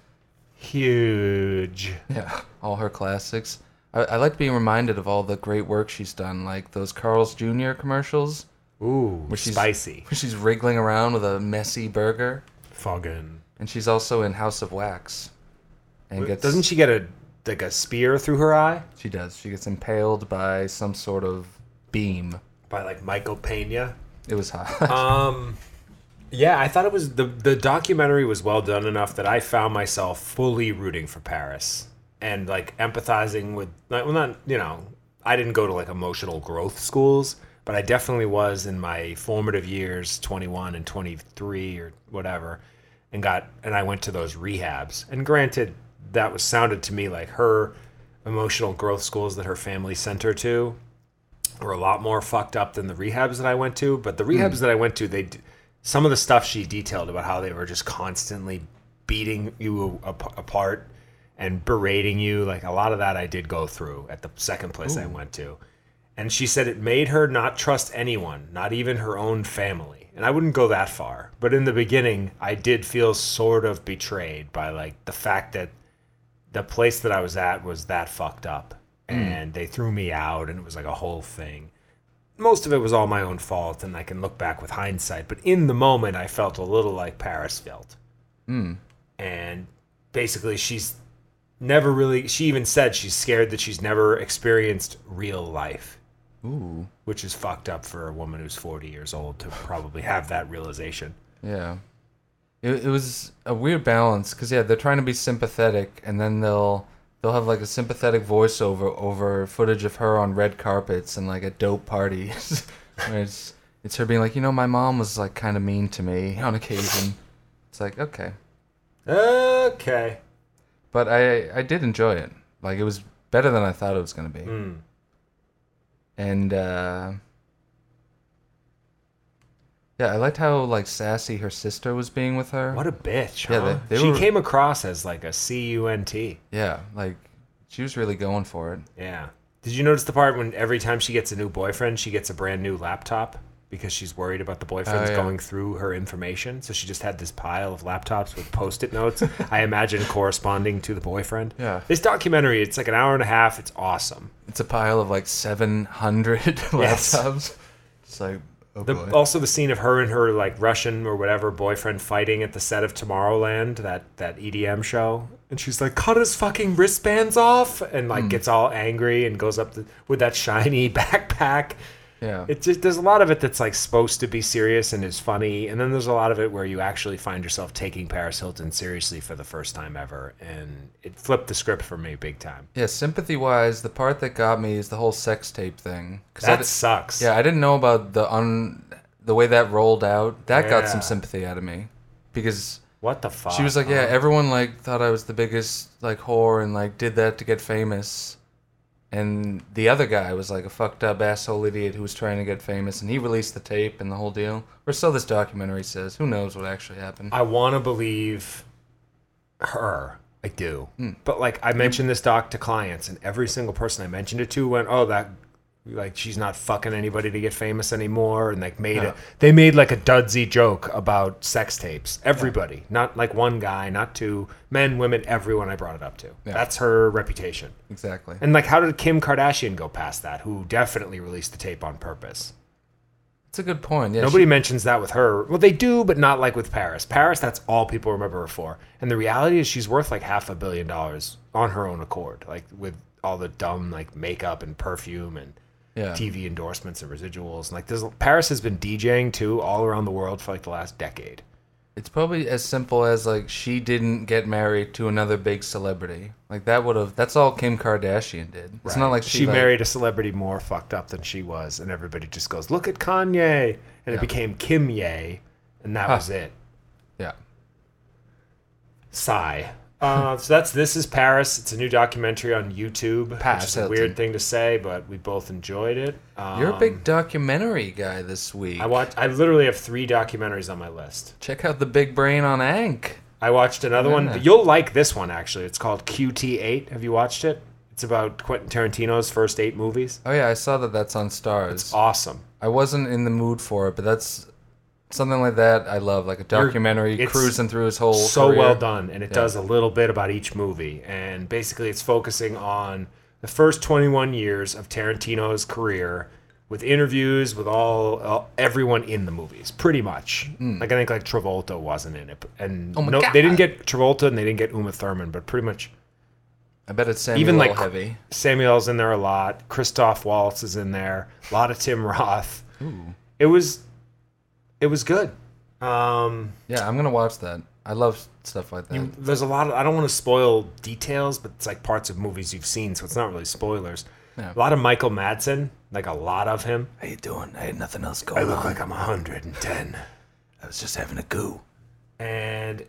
S6: Huge.
S4: Yeah, all her classics. I, I like being reminded of all the great work she's done, like those Carl's Jr. commercials
S6: Ooh,
S4: she's-
S6: spicy.
S4: where she's wriggling around with a messy burger,
S6: Fucking.
S4: and she's also in House of Wax, and gets
S6: Doesn't she get a like a spear through her eye
S4: she does she gets impaled by some sort of beam.
S6: by like Michael Pena?
S4: It was hot.
S6: Um, yeah, I thought it was the the documentary was well done enough that I found myself fully rooting for Paris and like empathizing with. Like, well, not you know, I didn't go to like emotional growth schools, but I definitely was in my formative years, twenty one and twenty three or whatever, and got and I went to those rehabs. And granted, that was sounded to me like her emotional growth schools that her family sent her to were a lot more fucked up than the rehabs that I went to. But the rehabs that I went to, they d- some of the stuff she detailed about how they were just constantly beating you a- ap- apart and berating you. Like a lot of that, I did go through at the second place I went to. And she said it made her not trust anyone, not even her own family. And I wouldn't go that far. But in the beginning, I did feel sort of betrayed by like the fact that the place that I was at was that fucked up. And they threw me out, and it was like a whole thing. Most of it was all my own fault, and I can look back with hindsight. But in the moment, I felt a little like Paris felt. And basically, she's never really, she even said she's scared that she's never experienced real life.
S4: Ooh,
S6: Which is fucked up for a woman who's 40 years old to probably have that realization.
S4: Yeah. It, it was a weird balance because yeah, they're trying to be sympathetic, and then they'll they'll have like a sympathetic voiceover over footage of her on red carpets and like at dope parties. Where it's, It's her being like, you know, my mom was like kind of mean to me on occasion. It's like okay,
S6: Okay.
S4: but I I did enjoy it. Like it was better than I thought it was gonna be. And uh, yeah, I liked how like sassy her sister was being with her.
S6: What a bitch.
S4: Yeah,
S6: huh?
S4: they- they
S6: she
S4: were-
S6: came across as like a C U N T.
S4: Yeah, like she was really going for it.
S6: Yeah. Did you notice the part when every time she gets a new boyfriend, she gets a brand new laptop because she's worried about the boyfriends
S4: Oh, yeah.
S6: going through her information? So she just had this pile of laptops with post it notes, I imagine corresponding to the boyfriend.
S4: Yeah.
S6: This documentary, it's like an hour and a half. It's awesome.
S4: It's a pile of like 700
S6: Yes.
S4: laptops. It's like, oh
S6: The,
S4: boy.
S6: also, the scene of her and her like Russian or whatever boyfriend fighting at the set of Tomorrowland, that that EDM show, and she's like, "Cut his fucking wristbands off," and
S4: Hmm.
S6: like gets all angry and goes up the, with that shiny backpack.
S4: yeah.
S6: It just there's a lot of it that's like supposed to be serious and is funny, and then there's a lot of it where you actually find yourself taking Paris Hilton seriously for the first time ever, and it flipped the script for me big time.
S4: yeah, sympathy wise, the part that got me is the whole sex tape thing. 'Cause I
S6: That
S4: di-
S6: sucks.
S4: yeah, I didn't know about the un, the way that rolled out. That got some
S6: Yeah.
S4: sympathy out of me. Because
S6: What the fuck?
S4: she was like, yeah, everyone like thought I was the biggest like whore and like did that to get famous. And the other guy was like a fucked up asshole idiot who was trying to get famous, and he released the tape and the whole deal. Or so this documentary says. Who knows what actually happened?
S6: I want to believe her. I do. But like I mentioned this doc to clients and every single person I mentioned it to went, "Oh, that like she's not fucking anybody to get famous anymore." And like made it they made like a dudsy joke about sex tapes. Everybody, not like one guy, not two, men, women, everyone I brought it up to. That's her reputation.
S4: Exactly.
S6: And like how did Kim Kardashian go past that? Who definitely released the tape on purpose.
S4: It's a good point. Yeah,
S6: Nobody mentions that with her. Well, they do, but not like with Paris. Paris, that's all people remember her for. And the reality is, she's worth like half a billion dollars on her own accord, like with all the dumb like makeup and perfume and
S4: she- yeah.
S6: TV endorsements and residuals. And like, this, Paris has been DJing too all around the world for like the last decade.
S4: It's probably as simple as like she didn't get married to another big celebrity. Like that would have. That's all Kim Kardashian did. It's not like she,
S6: she
S4: like-
S6: married a celebrity more fucked up than she was, and everybody just goes, "Look at Kanye," and it became Kim Ye, and that was it.
S4: Yeah.
S6: Sigh. Uh, so that's this is Paris. It's a new documentary on YouTube.
S4: Paris
S6: which is a
S4: Hilton.
S6: weird thing to say, but we both enjoyed it. Um,
S4: You're a big documentary guy this week.
S6: I watched. I literally have three documentaries on my list.
S4: Check out the Big Brain on Ank.
S6: I watched another one.
S4: that.
S6: You'll like this one actually. It's called QT8. Have you watched it? It's about Quentin Tarantino's first eight movies.
S4: Oh yeah, I saw that. That's on Stars.
S6: Awesome.
S4: I wasn't in the mood for it, but that's something like that. I love like a documentary
S6: it's
S4: cruising through his whole.
S6: so
S4: career.
S6: well done and it does a little bit about each movie and basically it's focusing on the first 21 years of tarantino's career with interviews with all, all- everyone in the movies pretty much like i think like travolta wasn't in it and
S4: Hmm. Oh my
S6: no
S4: God.
S6: they didn't get travolta and they didn't get uma thurman but pretty much
S4: I bet it's Samuel
S6: even like
S4: heavy.
S6: Samuel's in there a lot. Christoph Waltz is in there. A lot of Tim Roth. It was, it was good. Um,
S4: Yeah, I'm gonna watch that. I love stuff like that.
S6: there's a lot of I don't want to spoil details, but it's like parts of movies you've seen, so it's not really spoilers.
S4: Yeah.
S6: A lot of Michael Madsen, like a lot of him.
S4: How you doing? I had nothing else going
S6: like I'm 110.
S4: I was just having a goo.
S6: And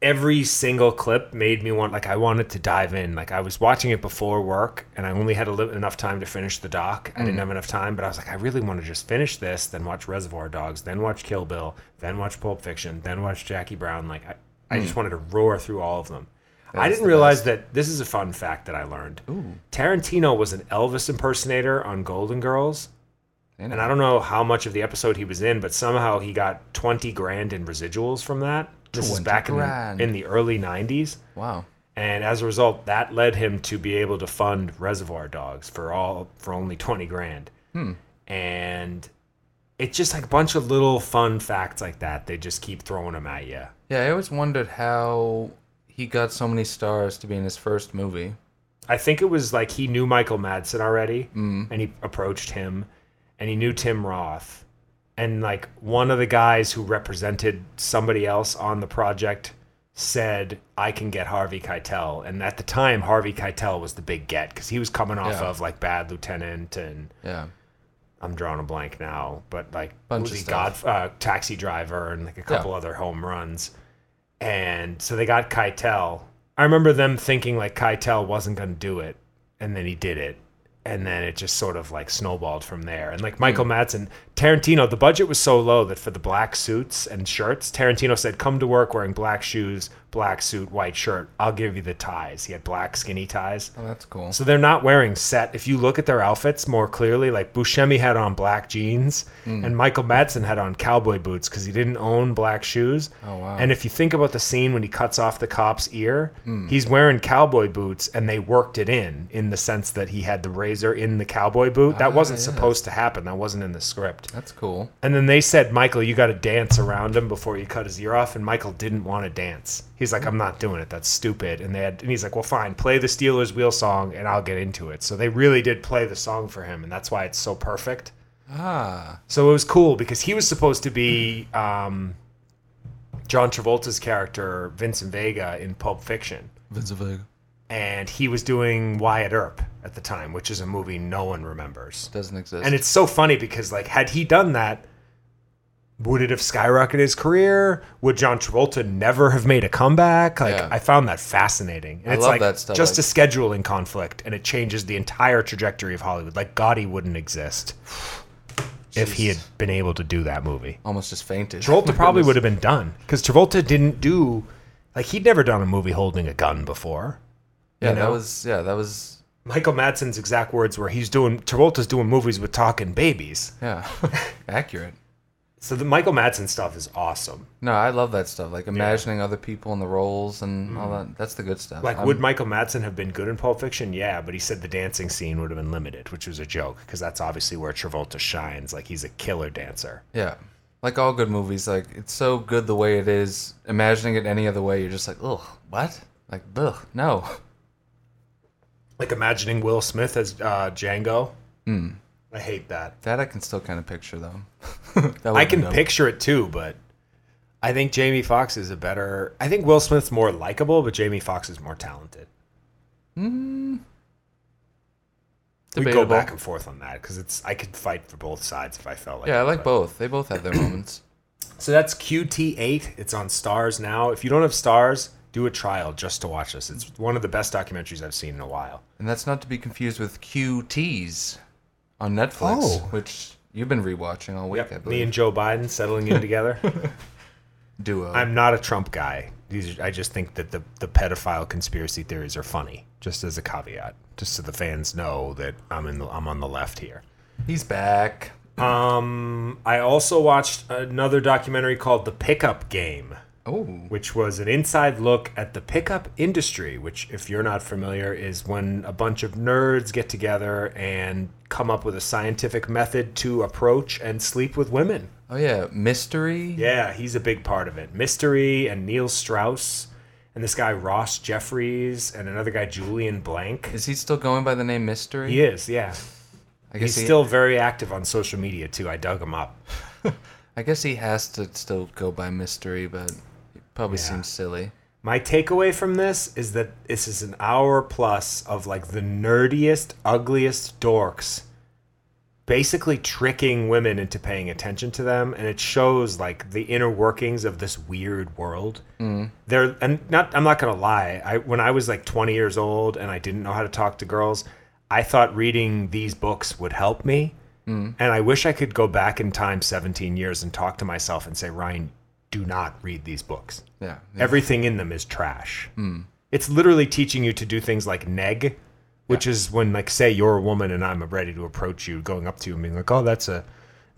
S6: every single clip made me want like I wanted to dive in. Like I was watching it before work and I only had a li- enough time to finish the doc. I didn't have enough time, but I was like I really want to just finish this, then watch Reservoir Dogs, then watch Kill Bill, then watch Pulp Fiction, then watch Jackie Brown. Like I, I just wanted to roar through all of them. I didn't realize that this is a fun fact that I learned. Tarantino was an Elvis impersonator on Golden Girls and I don't know how much of the episode he was in, but somehow he got 20 grand in residuals from that. This is
S4: 20
S6: back in the,
S4: grand.
S6: in the early 90s.
S4: Wow.
S6: And as a result, that led him to be able to fund Reservoir Dogs for all for only 20 grand. And it's just like a bunch of little fun facts like that. They just keep throwing them at you.
S4: Yeah, I always wondered how he got so many stars to be in his first movie.
S6: I think it was like he knew Michael Madsen already, and he approached him, and he knew Tim Roth, and like one of the guys who represented somebody else on the project said, "I can get Harvey Keitel," and at the time Harvey Keitel was the big get because he was coming off
S4: Yeah.
S6: of like Bad Lieutenant and
S4: Yeah.
S6: I'm drawing a blank now, but like
S4: Bunch of
S6: Uzi God,
S4: stuff.
S6: uh, Taxi Driver, and like a couple other home runs. And so they got Keitel. I remember them thinking like Keitel wasn't going to do it, and then he did it. And then it just sort of like snowballed from there. And
S4: Hmm.
S6: like Michael Madsen, Tarantino, the budget was so low that for the black suits and shirts, Tarantino said, Come to work wearing black shoes, black suit, white shirt. I'll give you the ties. He had black skinny ties.
S4: Oh, that's cool.
S6: So they're not wearing set. If you look at their outfits more clearly, like Buscemi had on black jeans
S4: Mm.
S6: and Michael Madsen had on cowboy boots because he didn't own black shoes.
S4: Oh, wow.
S6: And if you think about the scene when he cuts off the cop's ear,
S4: Mm.
S6: he's wearing cowboy boots and they worked it in, in the sense that he had the razor in the cowboy boot. That
S4: Ah,
S6: wasn't
S4: yes.
S6: supposed to happen. That wasn't in the script.
S4: That's cool.
S6: And then they said, Michael, you got to dance around him before you cut his ear off. And Michael didn't want to dance. He's like, I'm not doing it. That's stupid. And they had, and he's like, well, fine, play the Steelers wheel song and I'll get into it. So they really did play the song for him. And that's why it's so perfect.
S4: Ah,
S6: So it was cool because he was supposed to be um, John Travolta's character, Vincent Vega, in Pulp Fiction
S4: Vince Vega
S6: and he was doing Wyatt Earp at the time, which is a movie no one remembers.
S4: doesn't exist.
S6: And it's so funny because like had he done that, would it have skyrocketed his career? Would John Travolta never have made a comeback? Like
S4: Yeah.
S6: I found that fascinating. And
S4: I
S6: it's
S4: love
S6: like
S4: that stuff,
S6: just a scheduling conflict and it changes the entire trajectory of Hollywood. Like Gotti wouldn't exist if he had been able to do that movie.
S4: almost just fainted.
S6: Travolta probably would have been done because Travolta didn't do like he'd never done a movie holding a gun before.
S4: Yeah,
S6: you
S4: that
S6: know?
S4: was. Yeah, that was.
S6: Michael Madsen's exact words were he's doing Travolta's doing movies with talking babies.
S4: Yeah, accurate.
S6: So the Michael Madsen stuff is awesome.
S4: No, I love that stuff. Like imagining other people in the roles and all that. That's the good stuff.
S6: Mm. Like,
S4: I'm-
S6: would Michael Madsen have been good in Pulp Fiction? Yeah, but he said the dancing scene would have been limited, which was a joke because that's obviously where Travolta shines. Like, he's a killer dancer.
S4: Yeah. Like all good movies, like it's so good the way it is. Imagining it any other way, you're just like, ugh, what? Like, ugh, no.
S6: Like, imagining Will Smith as uh, Django.
S4: Hmm.
S6: I hate that.
S4: That I can still kind of picture though. That
S6: I
S4: would've been
S6: can
S4: dope.
S6: picture it too, but I think Jamie Foxx is a better. I think Will Smith's more likable, but Jamie Foxx is more talented. We
S4: Hmm. Debatable.
S6: go back and forth on that because it's I could fight for both sides if I felt like.
S4: Yeah, I
S6: it,
S4: like
S6: but-
S4: both. They both have their moments.
S6: So that's QT8. It's on Stars now. If you don't have Stars, do a trial just to watch this. It's one of the best documentaries I've seen in a while.
S4: And that's not to be confused with QTs on Netflix,
S6: Oh.
S4: which you've been rewatching all week, I
S6: Yep. Me
S4: believe.
S6: and Joe Biden settling in together.
S4: Duo.
S6: I'm not a Trump guy. These are, I just think that the the pedophile conspiracy theories are funny. Just as a caveat, just so the fans know that I'm in the, I'm on the left here.
S4: He's back.
S6: Um, I also watched another documentary called The Pickup Game.
S4: Oh.
S6: which was an inside look at the pickup industry, which, if you're not familiar, is when a bunch of nerds get together and come up with a scientific method to approach and sleep with women.
S4: Oh yeah, mystery.
S6: Yeah, he's a big part of it. Mystery and Neil Strauss and this guy Ross Jeffries and another guy Julian Blank.
S4: Is he still going by the name Mystery?
S6: He is, yeah.
S4: I guess
S6: He's
S4: he,
S6: still very active on social media too. I dug him up.
S4: I guess he has to still go by Mystery, but it probably
S6: Yeah.
S4: seems silly.
S6: My takeaway from this is that this is an hour plus of like the nerdiest, ugliest dorks basically tricking women into paying attention to them and it shows like the inner workings of this weird world. They're and not I'm not going to lie. I when I was like 20 years old and I didn't know how to talk to girls, I thought reading these books would help me. And I wish I could go back in time 17 years and talk to myself and say, "Ryan, do not read these books."
S4: Yeah.
S6: Everything in them is trash. It's literally teaching you to do things like neg, which is when, like, say you're a woman and I'm ready to approach you, going up to you and being like, oh, that's a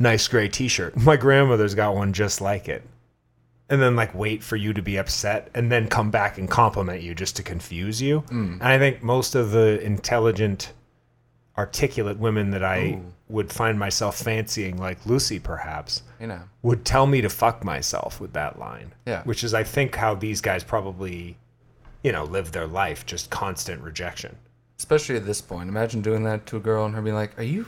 S6: nice gray t shirt. My grandmother's got one just like it. And then, like, wait for you to be upset and then come back and compliment you just to confuse you. And I think most of the intelligent, articulate women that I would find myself fancying, like Lucy perhaps,
S4: You know.
S6: would tell me to fuck myself with that line.
S4: Yeah.
S6: Which is, I think, how these guys probably, you know, live their life just constant rejection.
S4: Especially at this point. Imagine doing that to a girl and her being like, Are you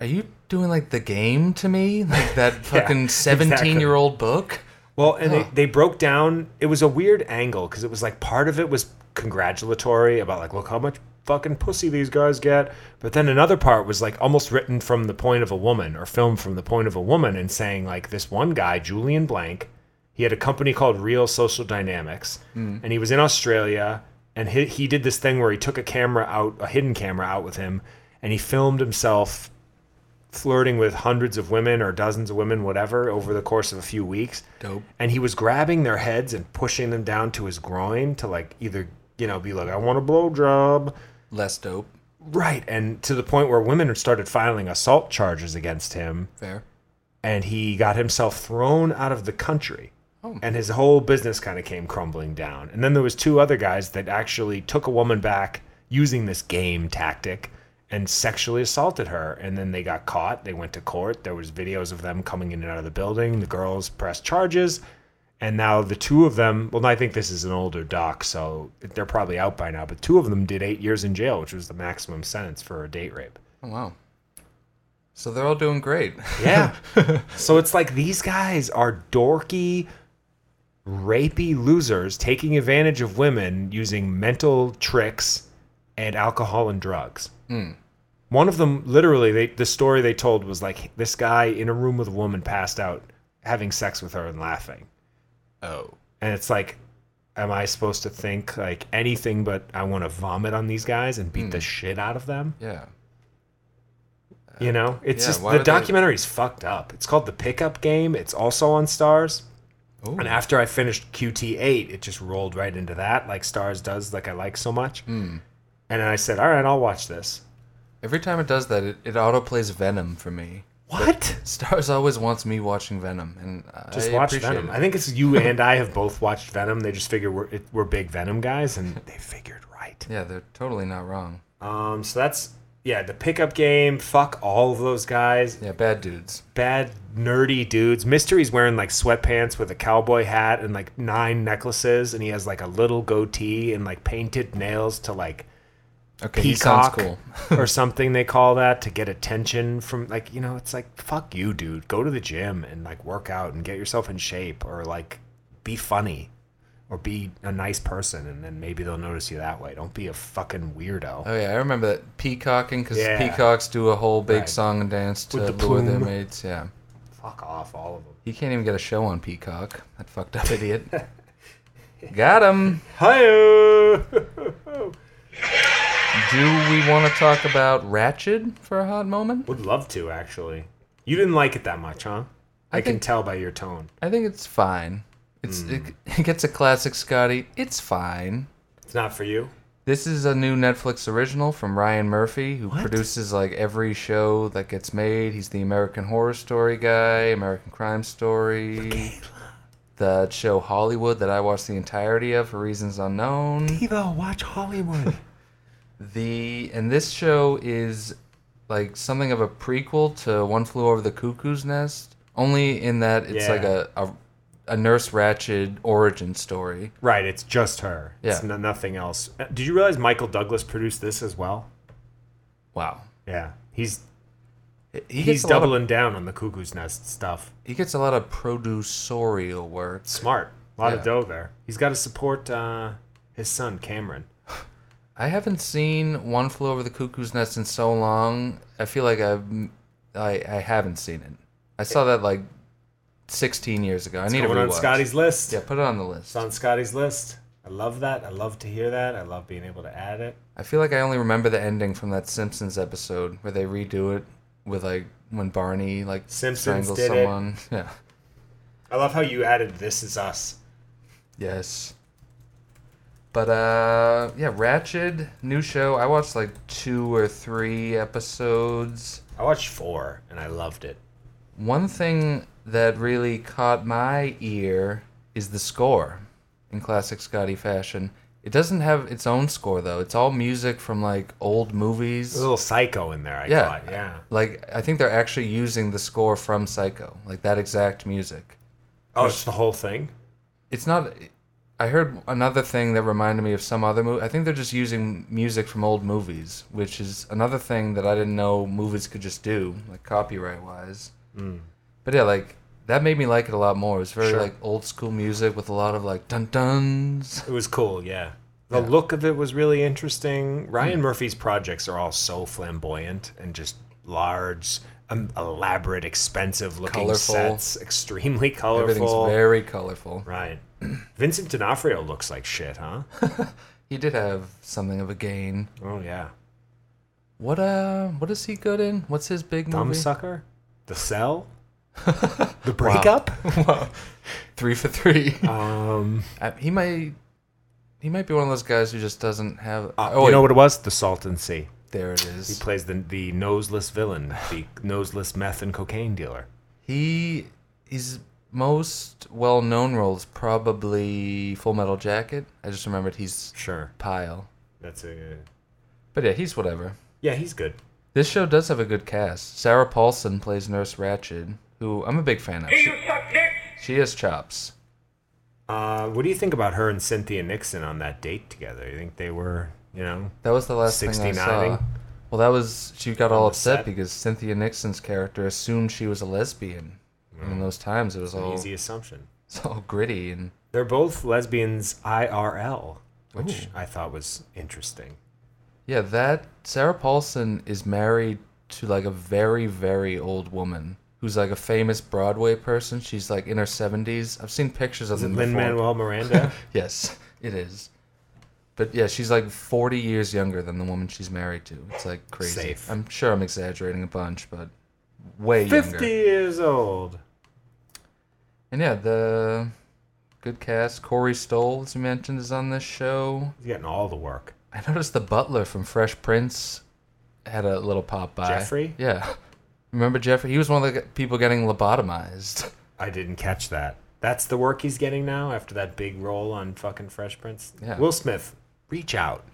S4: are you doing like the game to me? Like that fucking seventeen
S6: exactly.
S4: year old book?
S6: Well, and they, they broke down. It was a weird angle because it was like part of it was congratulatory about, like, look how much fucking pussy these guys get. But then another part was like almost written from the point of a woman or filmed from the point of a woman and saying like this one guy, Julian Blank, he had a company called Real Social Dynamics and he was in Australia and he, he did this thing where he took a camera out, a hidden camera out with him and he filmed himself flirting with hundreds of women or dozens of women, whatever, over the course of a few weeks.
S4: Dope.
S6: And he was grabbing their heads and pushing them down to his groin to like either, you know, be like, I want a blowjob.
S4: Less dope.
S6: Right. And to the point where women started filing assault charges against him
S4: Fair.
S6: and he got himself thrown out of the country. And his whole business kind of came crumbling down. And then there was two other guys that actually took a woman back using this game tactic and sexually assaulted her. And then they got caught. They went to court. There was videos of them coming in and out of the building. The girls pressed charges. And now the two of them, well, I think this is an older doc, so they're probably out by now, but two of them did eight years in jail, which was the maximum sentence for a date rape.
S4: Oh, wow. So they're all doing great.
S6: Yeah. so it's like these guys are dorky, rapey losers taking advantage of women using mental tricks and alcohol and drugs. One of them, literally, they, the story they told was like this guy in a room with a woman passed out having sex with her and laughing.
S4: Oh.
S6: And it's like, am I supposed to think like anything but I want to vomit on these guys and beat the shit out of them?
S4: Yeah.
S6: You know, it's
S4: Yeah,
S6: just
S4: why
S6: the
S4: would they-
S6: documentary's fucked up. It's called The Pickup Game. It's also on Stars.
S4: Ooh.
S6: And after I finished QT8, it just rolled right into that, like Stars does, like I like so much.
S4: Hmm.
S6: And I said, all right, I'll watch this.
S4: Every time it does that, it, it auto plays Venom for me.
S6: What?
S4: Stars always wants me watching Venom, and I
S6: Just watch
S4: appreciate
S6: Venom.
S4: it.
S6: I think it's you and I have both watched Venom. They just figure we're, it, we're big Venom guys, and they figured right.
S4: yeah, they're totally not wrong.
S6: Um, so that's, yeah, The Pickup Game. Fuck all of those guys.
S4: Yeah, bad dudes.
S6: bad nerdy dudes. Mystery's wearing like sweatpants with a cowboy hat and like nine necklaces, and he has like a little goatee and like painted nails to like
S4: Okay, he sounds
S6: peacock
S4: cool.
S6: or something they call that to get attention from like you know it's like fuck you, dude. Go to the gym and like work out and get yourself in shape or like be funny or be a nice person, and then maybe they'll notice you that way. Don't be a fucking weirdo.
S4: Oh yeah, I remember that peacocking because
S6: Yeah.
S4: peacocks do a whole big
S6: Right.
S4: song and dance to
S6: With the
S4: lure their
S6: plume.
S4: mates. Yeah,
S6: Fuck off, all of them.
S4: he can't even get a show on Peacock. That fucked up idiot. Got him.
S6: Hi.
S4: Do we want to talk about Ratchet for a hot moment?
S6: Would love to actually. You didn't like it that much, huh? I, can Hmm.
S4: think-
S6: tell by your tone.
S4: I think it's fine. It's it, it gets a classic Scotty. It's fine.
S6: It's not for you.
S4: This is a new Netflix original from Ryan Murphy, who produces like every show that gets made. He's the American Horror Story guy, American Crime Story, the show Hollywood that I watched the entirety of for reasons unknown.
S6: Evo, watch Hollywood.
S4: The and this show is like something of a prequel to One Flew Over the Cuckoo's Nest, only in that it's
S6: Yeah.
S4: like a, a a Nurse Ratchet origin story.
S6: right, it's just her. It's
S4: Yeah.
S6: no- nothing else. Uh, Did you realize Michael Douglas produced this as well?
S4: Wow.
S6: Yeah. He's
S4: He
S6: he's
S4: gets a lot of-
S6: doubling down on the cuckoo's nest stuff.
S4: he gets a lot of producerial work.
S6: Smart. A lot
S4: Yeah.
S6: of dough there. He's got to support uh, his son Cameron.
S4: I haven't seen One Flew Over the Cuckoo's Nest in so long. I feel like I've, I, I haven't seen it. I saw that like 16 years ago. I need to
S6: Going
S4: rewatch.
S6: on Scotty's list.
S4: Yeah, put it on the list.
S6: It's on Scotty's list. I love that. I love to hear that. I love being able to add it.
S4: I feel like I only remember the ending from that Simpsons episode where they redo it with like when Barney like
S6: Simpsons
S4: strangles
S6: did it.
S4: someone. Yeah.
S6: I love how you added this is us.
S4: Yes. But uh yeah, Ratchet, new show. I watched like two or three episodes.
S6: I watched 4 and I loved it.
S4: One thing that really caught my ear is the score in classic Scotty fashion. It doesn't have its own score though. It's all music from like old movies.
S6: There's a little psycho in there, I
S4: Yeah.
S6: thought. Yeah.
S4: Like I think they're actually using the score from Psycho, like that exact music.
S6: Oh, it's the whole thing.
S4: It's not I heard another thing that reminded me of some other movie. I think they're just using music from old movies, which is another thing that I didn't know movies could just do, like copyright wise. But yeah, like that made me like it a lot more. It's very
S6: Hmm. Sure.
S4: like old school music with a lot of like dun duns.
S6: It was cool. Yeah. The look of it was really interesting. Ryan
S4: Hmm.
S6: Murphy's projects are all so flamboyant and just large, um, elaborate, expensive looking
S4: Colorful.
S6: sets, extremely
S4: Everything's
S6: colorful.
S4: very colorful.
S6: right. Vincent D'Onofrio looks like shit, huh?
S4: He did have something of a gain.
S6: oh yeah.
S4: What uh? What is he good in? What's his big movie?
S6: Thumbsucker? The Cell? the Breakup?
S4: Three for three. Um, he might. He might be one of those guys who just doesn't have. oh,
S6: Uh, you
S4: wait,
S6: know what it was? The Salton Sea.
S4: there it
S6: He
S4: is.
S6: plays the the noseless villain, the noseless meth and cocaine dealer.
S4: He his most well known role is probably Full Metal Jacket. I just remembered he's
S6: Sure.
S4: Pile.
S6: That's a
S4: But yeah, he's whatever.
S6: Yeah, he's good.
S4: This show does have a good cast. Sarah Paulson plays Nurse Ratched, who I'm a big fan of. She, she has chops.
S6: Uh, what do you think about her and Cynthia Nixon on that date together? You think they were, you know,
S4: That was the last thing I
S6: 69ing?
S4: saw. Well, that was she got all
S6: the
S4: upset
S6: set?
S4: because Cynthia Nixon's character assumed she was a lesbian. And in those times, it was all
S6: easy assumption?
S4: it's all gritty and
S6: They're both lesbians IRL, which I thought was interesting.
S4: yeah. That Sarah Paulson is married to like a very very old woman who's like a famous Broadway person. She's like in her seventies. I've seen pictures of them.
S6: Lin
S4: before.
S6: Manuel Miranda.
S4: Yes, it is. But yeah, she's like 40 years younger than the woman she's married to. It's like crazy.
S6: Safe.
S4: I'm sure I'm exaggerating a bunch, but way
S6: 50
S4: younger.
S6: years old.
S4: And yeah, the good cast. Corey Stoll, as you mentioned, is on this show.
S6: He's getting all the work.
S4: I noticed the butler from Fresh Prince had a little pop by.
S6: Jeffrey?
S4: Yeah. Remember Jeffrey? He was one of the g- people getting lobotomized.
S6: I didn't catch that. That's the work he's getting now after that big role on fucking Fresh Prince.
S4: Yeah.
S6: Will Smith, reach out.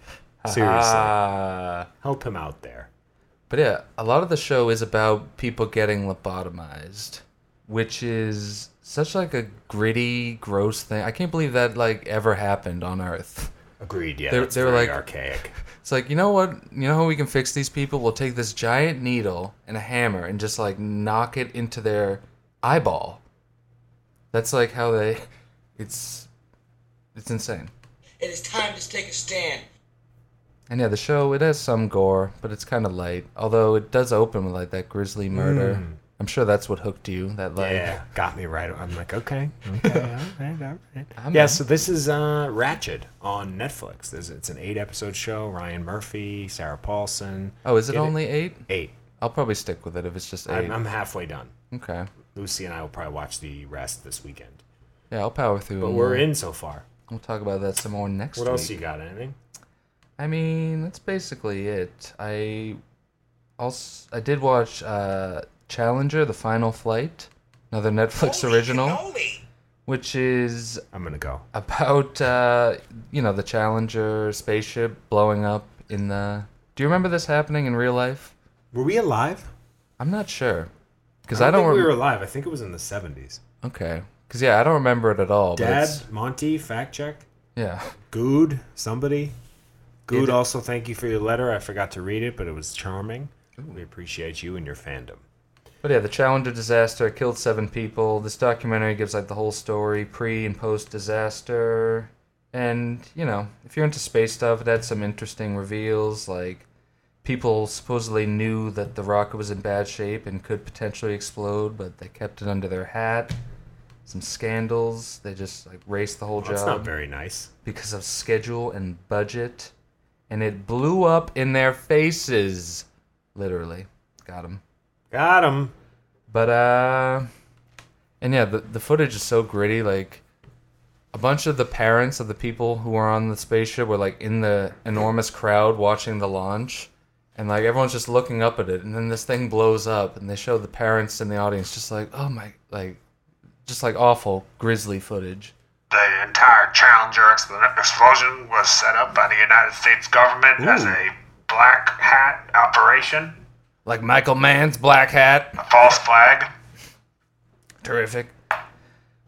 S6: Seriously,
S4: Ah.
S6: help him out there.
S4: But yeah, a lot of the show is about people getting lobotomized, which is such like a gritty, gross thing. I can't believe that like ever happened on Earth.
S6: Agreed. Yeah,
S4: They're-
S6: that's
S4: they're
S6: very
S4: like-
S6: archaic.
S4: It's like you know what? You know how we can fix these people? We'll take this giant needle and a hammer and just like knock it into their eyeball. That's like how they. It's. It's insane.
S3: It is time to take a stand.
S4: And yeah, the show it has some gore, but it's kind of light. Although it does open with like that grisly murder. I'm sure that's what hooked you. That like.
S6: Mm. Yeah, Mm-hmm. got me right. I'm like, okay, okay, all right, all right. Yeah, so this is uh, Ratchet on Netflix. There's, it's an eight episode show. Ryan Murphy, Sarah Paulson.
S4: Oh, is it
S6: Get it?
S4: only eight?
S6: Eight.
S4: I'll probably stick with it if it's just 8
S6: I'm, I'm halfway done.
S4: okay.
S6: Lucy and I will probably watch the rest this weekend.
S4: Yeah, I'll power through.
S6: But
S4: and
S6: we're
S4: we'll-
S6: in so far.
S4: We'll talk about that some more next
S6: Mm. What
S4: week.
S6: else you got? Anything?
S4: I mean, that's basically it. I also I did watch uh, Challenger: The Final Flight, another Netflix original, which is
S6: I'm gonna go.
S4: about uh, you know the Challenger spaceship blowing up in the. Do you remember this happening in real life?
S6: Were we alive?
S4: I'm not sure because I don't,
S6: think
S4: remember.
S6: we were alive. I think it was in the 70s.
S4: okay, because yeah, I don't remember it at all. but
S6: Dad,
S4: it's-
S6: Monty, fact check.
S4: yeah.
S6: Good, somebody.
S4: It-
S6: Good, also thank you for your letter. I forgot to read it, but it was charming. We appreciate you and your fandom.
S4: But yeah, the Challenger disaster killed seven people. This documentary gives like the whole story, pre and post disaster. And, you know, if you're into space stuff, it had some interesting reveals. Like, people supposedly knew that the rocket was in bad shape and could potentially explode, but they kept it under their hat. Some scandals. They just, like, raced the whole
S6: That's
S4: job
S6: not very nice.
S4: because of schedule and budget. And it blew up in their faces. Literally. Got 'em.
S6: Got him.
S4: But uh and yeah, the the footage is so gritty like a bunch of the parents of the people who were on the spaceship were like in the enormous crowd watching the launch and like everyone's just looking up at it and then this thing blows up and they show the parents in the audience just like oh my like just like awful grisly footage.
S5: The entire Challenger expl- explosion was set up by the United States government as a black hat operation,
S4: Like Michael Mann's black hat.
S5: a false flag.
S4: terrific.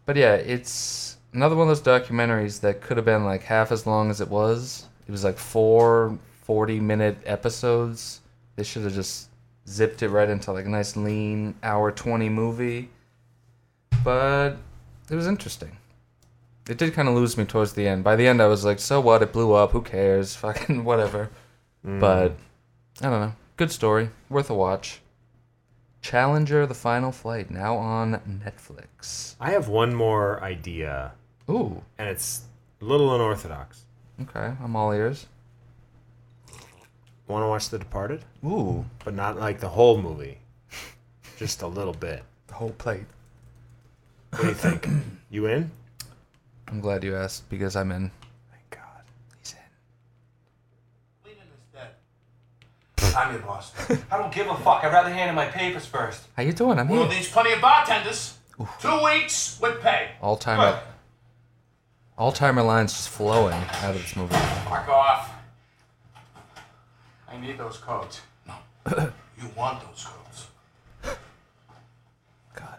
S4: But yeah, it's another one of those documentaries that could have been like half as long as it was. It was like four 40 minute episodes. They should have just zipped it right into like a nice lean hour 20 movie. But it was interesting. it did kind of lose me towards the end. By the end, I was like, so what? It blew up. Who cares? Fucking whatever. But I don't know. Good story. Worth a watch. Challenger: The Final Flight now on Netflix.
S6: I have one more idea,
S4: Ooh.
S6: and it's a little unorthodox.
S4: Okay. I'm all ears.
S6: Want to watch The Departed?
S4: Ooh.
S6: But not like the whole movie, just a little bit.
S4: The whole plate.
S6: What do you think? you in?
S4: I'm glad you asked because I'm in.
S6: Thank God.
S4: He's in.
S8: I'm your boss. I don't give a fuck. I'd rather hand in my papers first.
S4: How you doing? I'm
S8: World
S4: here.
S8: needs plenty of bartenders. Two weeks with pay.
S4: All timer. All timer lines just flowing out of this movie.
S8: Fuck off. I need those codes. No. you want those codes.
S4: God.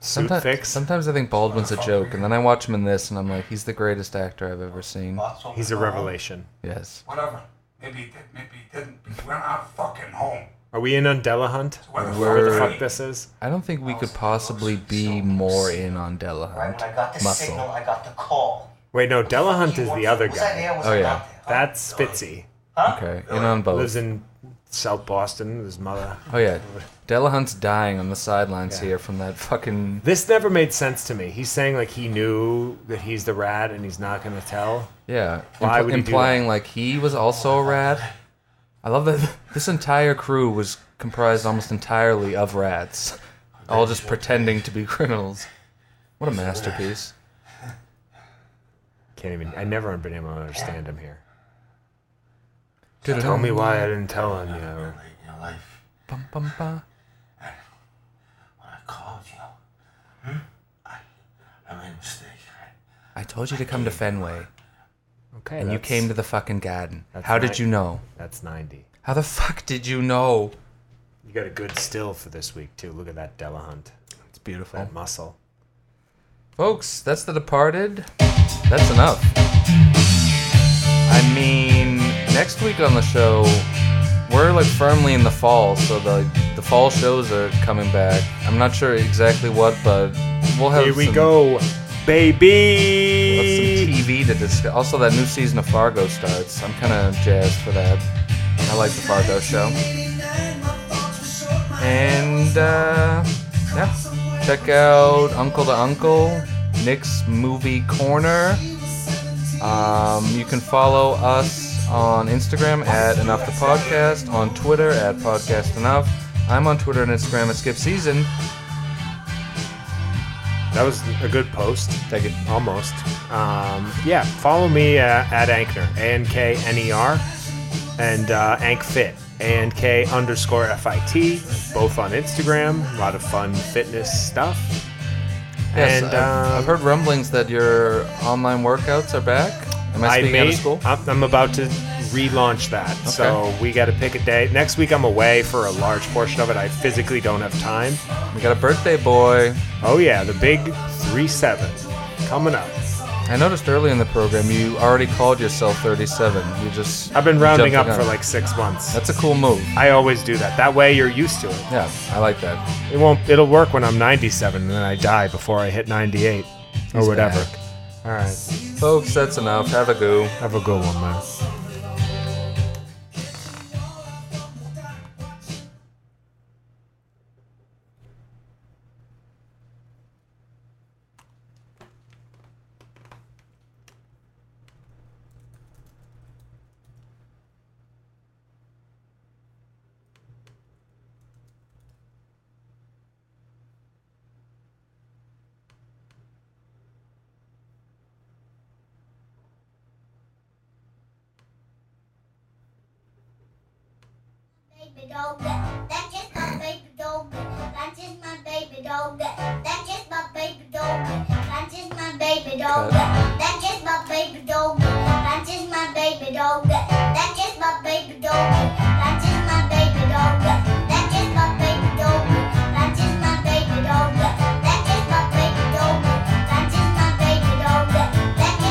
S6: Suit
S4: Someti-
S6: fix.
S4: Sometimes I think Baldwin's a joke, and then I watch him in this, and I'm like, he's the greatest actor I've ever seen.
S6: He's a revelation.
S4: Yes.
S8: Whatever. Maybe he did, maybe he didn't. We're not fucking home.
S6: Are we in on Delahunt?
S8: Where the
S6: Where the
S4: We're-
S6: fuck this is?
S4: I don't think we could possibly be more in on Delahunt. Muscle.
S9: I got the call.
S6: Wait, no, Delahunt is the other guy.
S9: was
S4: Oh, yeah.
S6: That's Fitzy.
S4: Okay. In on both.
S6: Lives in South Boston with his mother.
S4: Oh, yeah. Delahunt's dying on the sidelines here from that fucking.
S6: This never made sense to me. He's saying like he knew that he's the rat and he's not gonna tell.
S4: Yeah.
S6: Why
S4: impl-
S6: would he do
S4: implying like he was also a rat. I love that this entire crew was comprised almost entirely of rats, all just pretending to be criminals. What a masterpiece.
S6: Can't even. I never have been able to understand him here. Tell me why I didn't tell him. You know.
S8: In your life,
S4: Bum, bum, ba.
S8: when I called you, I, I made a mistake.
S4: I told you to come to Fenway,
S6: Okay.
S4: and you
S6: that's-
S4: came to the fucking garden.
S6: that's
S4: How
S6: right.
S4: did you know?
S6: That's ninety.
S4: How the fuck did you know?
S6: You got a good still for this week too. Look at that Delahunt.
S4: It's beautiful.
S6: That muscle.
S4: Folks, that's The Departed. That's enough. I mean, next week on the show, we're like firmly in the fall, so the the fall shows are coming back. I'm not sure exactly what, but we'll have
S6: Here we
S4: some,
S6: go,
S4: we'll have
S6: baby.
S4: some TV to discuss. Also, that new season of Fargo starts. I'm kind of jazzed for that. I like the Fargo show. And uh, yeah, check out Uncle to Uncle, Nick's Movie Corner. Um, you can follow us on Instagram at Enough the Podcast, on Twitter at Podcast Enough. I'm on Twitter and Instagram at Skip Season.
S6: That was a good post. Take it almost. Um, yeah, follow me uh, at Ankner, A N K N E R, and uh, Ankfit, A N K underscore F I T, both on Instagram. A lot of fun fitness stuff.
S4: Yes,
S6: and
S4: I've, I've
S6: um,
S4: heard rumblings that your online workouts are back. Am I
S6: I uh,
S4: speaking out
S6: made,
S4: of school?
S6: I'm, I'm about to relaunch that. So we got to pick a day. Next week, I'm away for a large portion of it. I physically don't have time.
S4: We got a birthday boy.
S6: Oh, yeah, the big 3 7 coming up.
S4: I noticed early in the program you already called yourself 37. You just
S6: I've been rounding
S4: jumped
S6: up
S4: the gun.
S6: for like six months.
S4: That's a cool move.
S6: I always do that. That way you're used to it.
S4: Yeah, I like that.
S6: It won't it'll work when I'm 97 and then I die before I hit 98 or
S4: He's
S6: whatever.
S4: back.
S6: All right.
S4: Folks, that's enough. Have a goo.
S6: Have a good one, man.
S10: baby dog. That's just my baby dog. That's just my baby dog. That's just my baby dog. That's just my baby dog. That's just my baby dog. That's just my baby dog. That's just my baby dog. That's just my baby dog. That's just my baby dog. That's just my baby dog. That's just my baby dog. That's just my baby dog. That's just my baby dog. That's just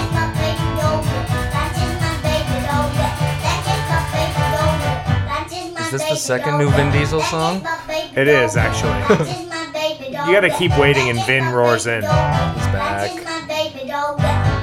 S10: my baby dog. That's just my baby dog. That's just my
S4: Is this the second new Vin Diesel song?
S6: It is actually.
S10: you
S6: You gotta keep waiting and Vin roars in.
S10: He's
S4: back.
S10: back.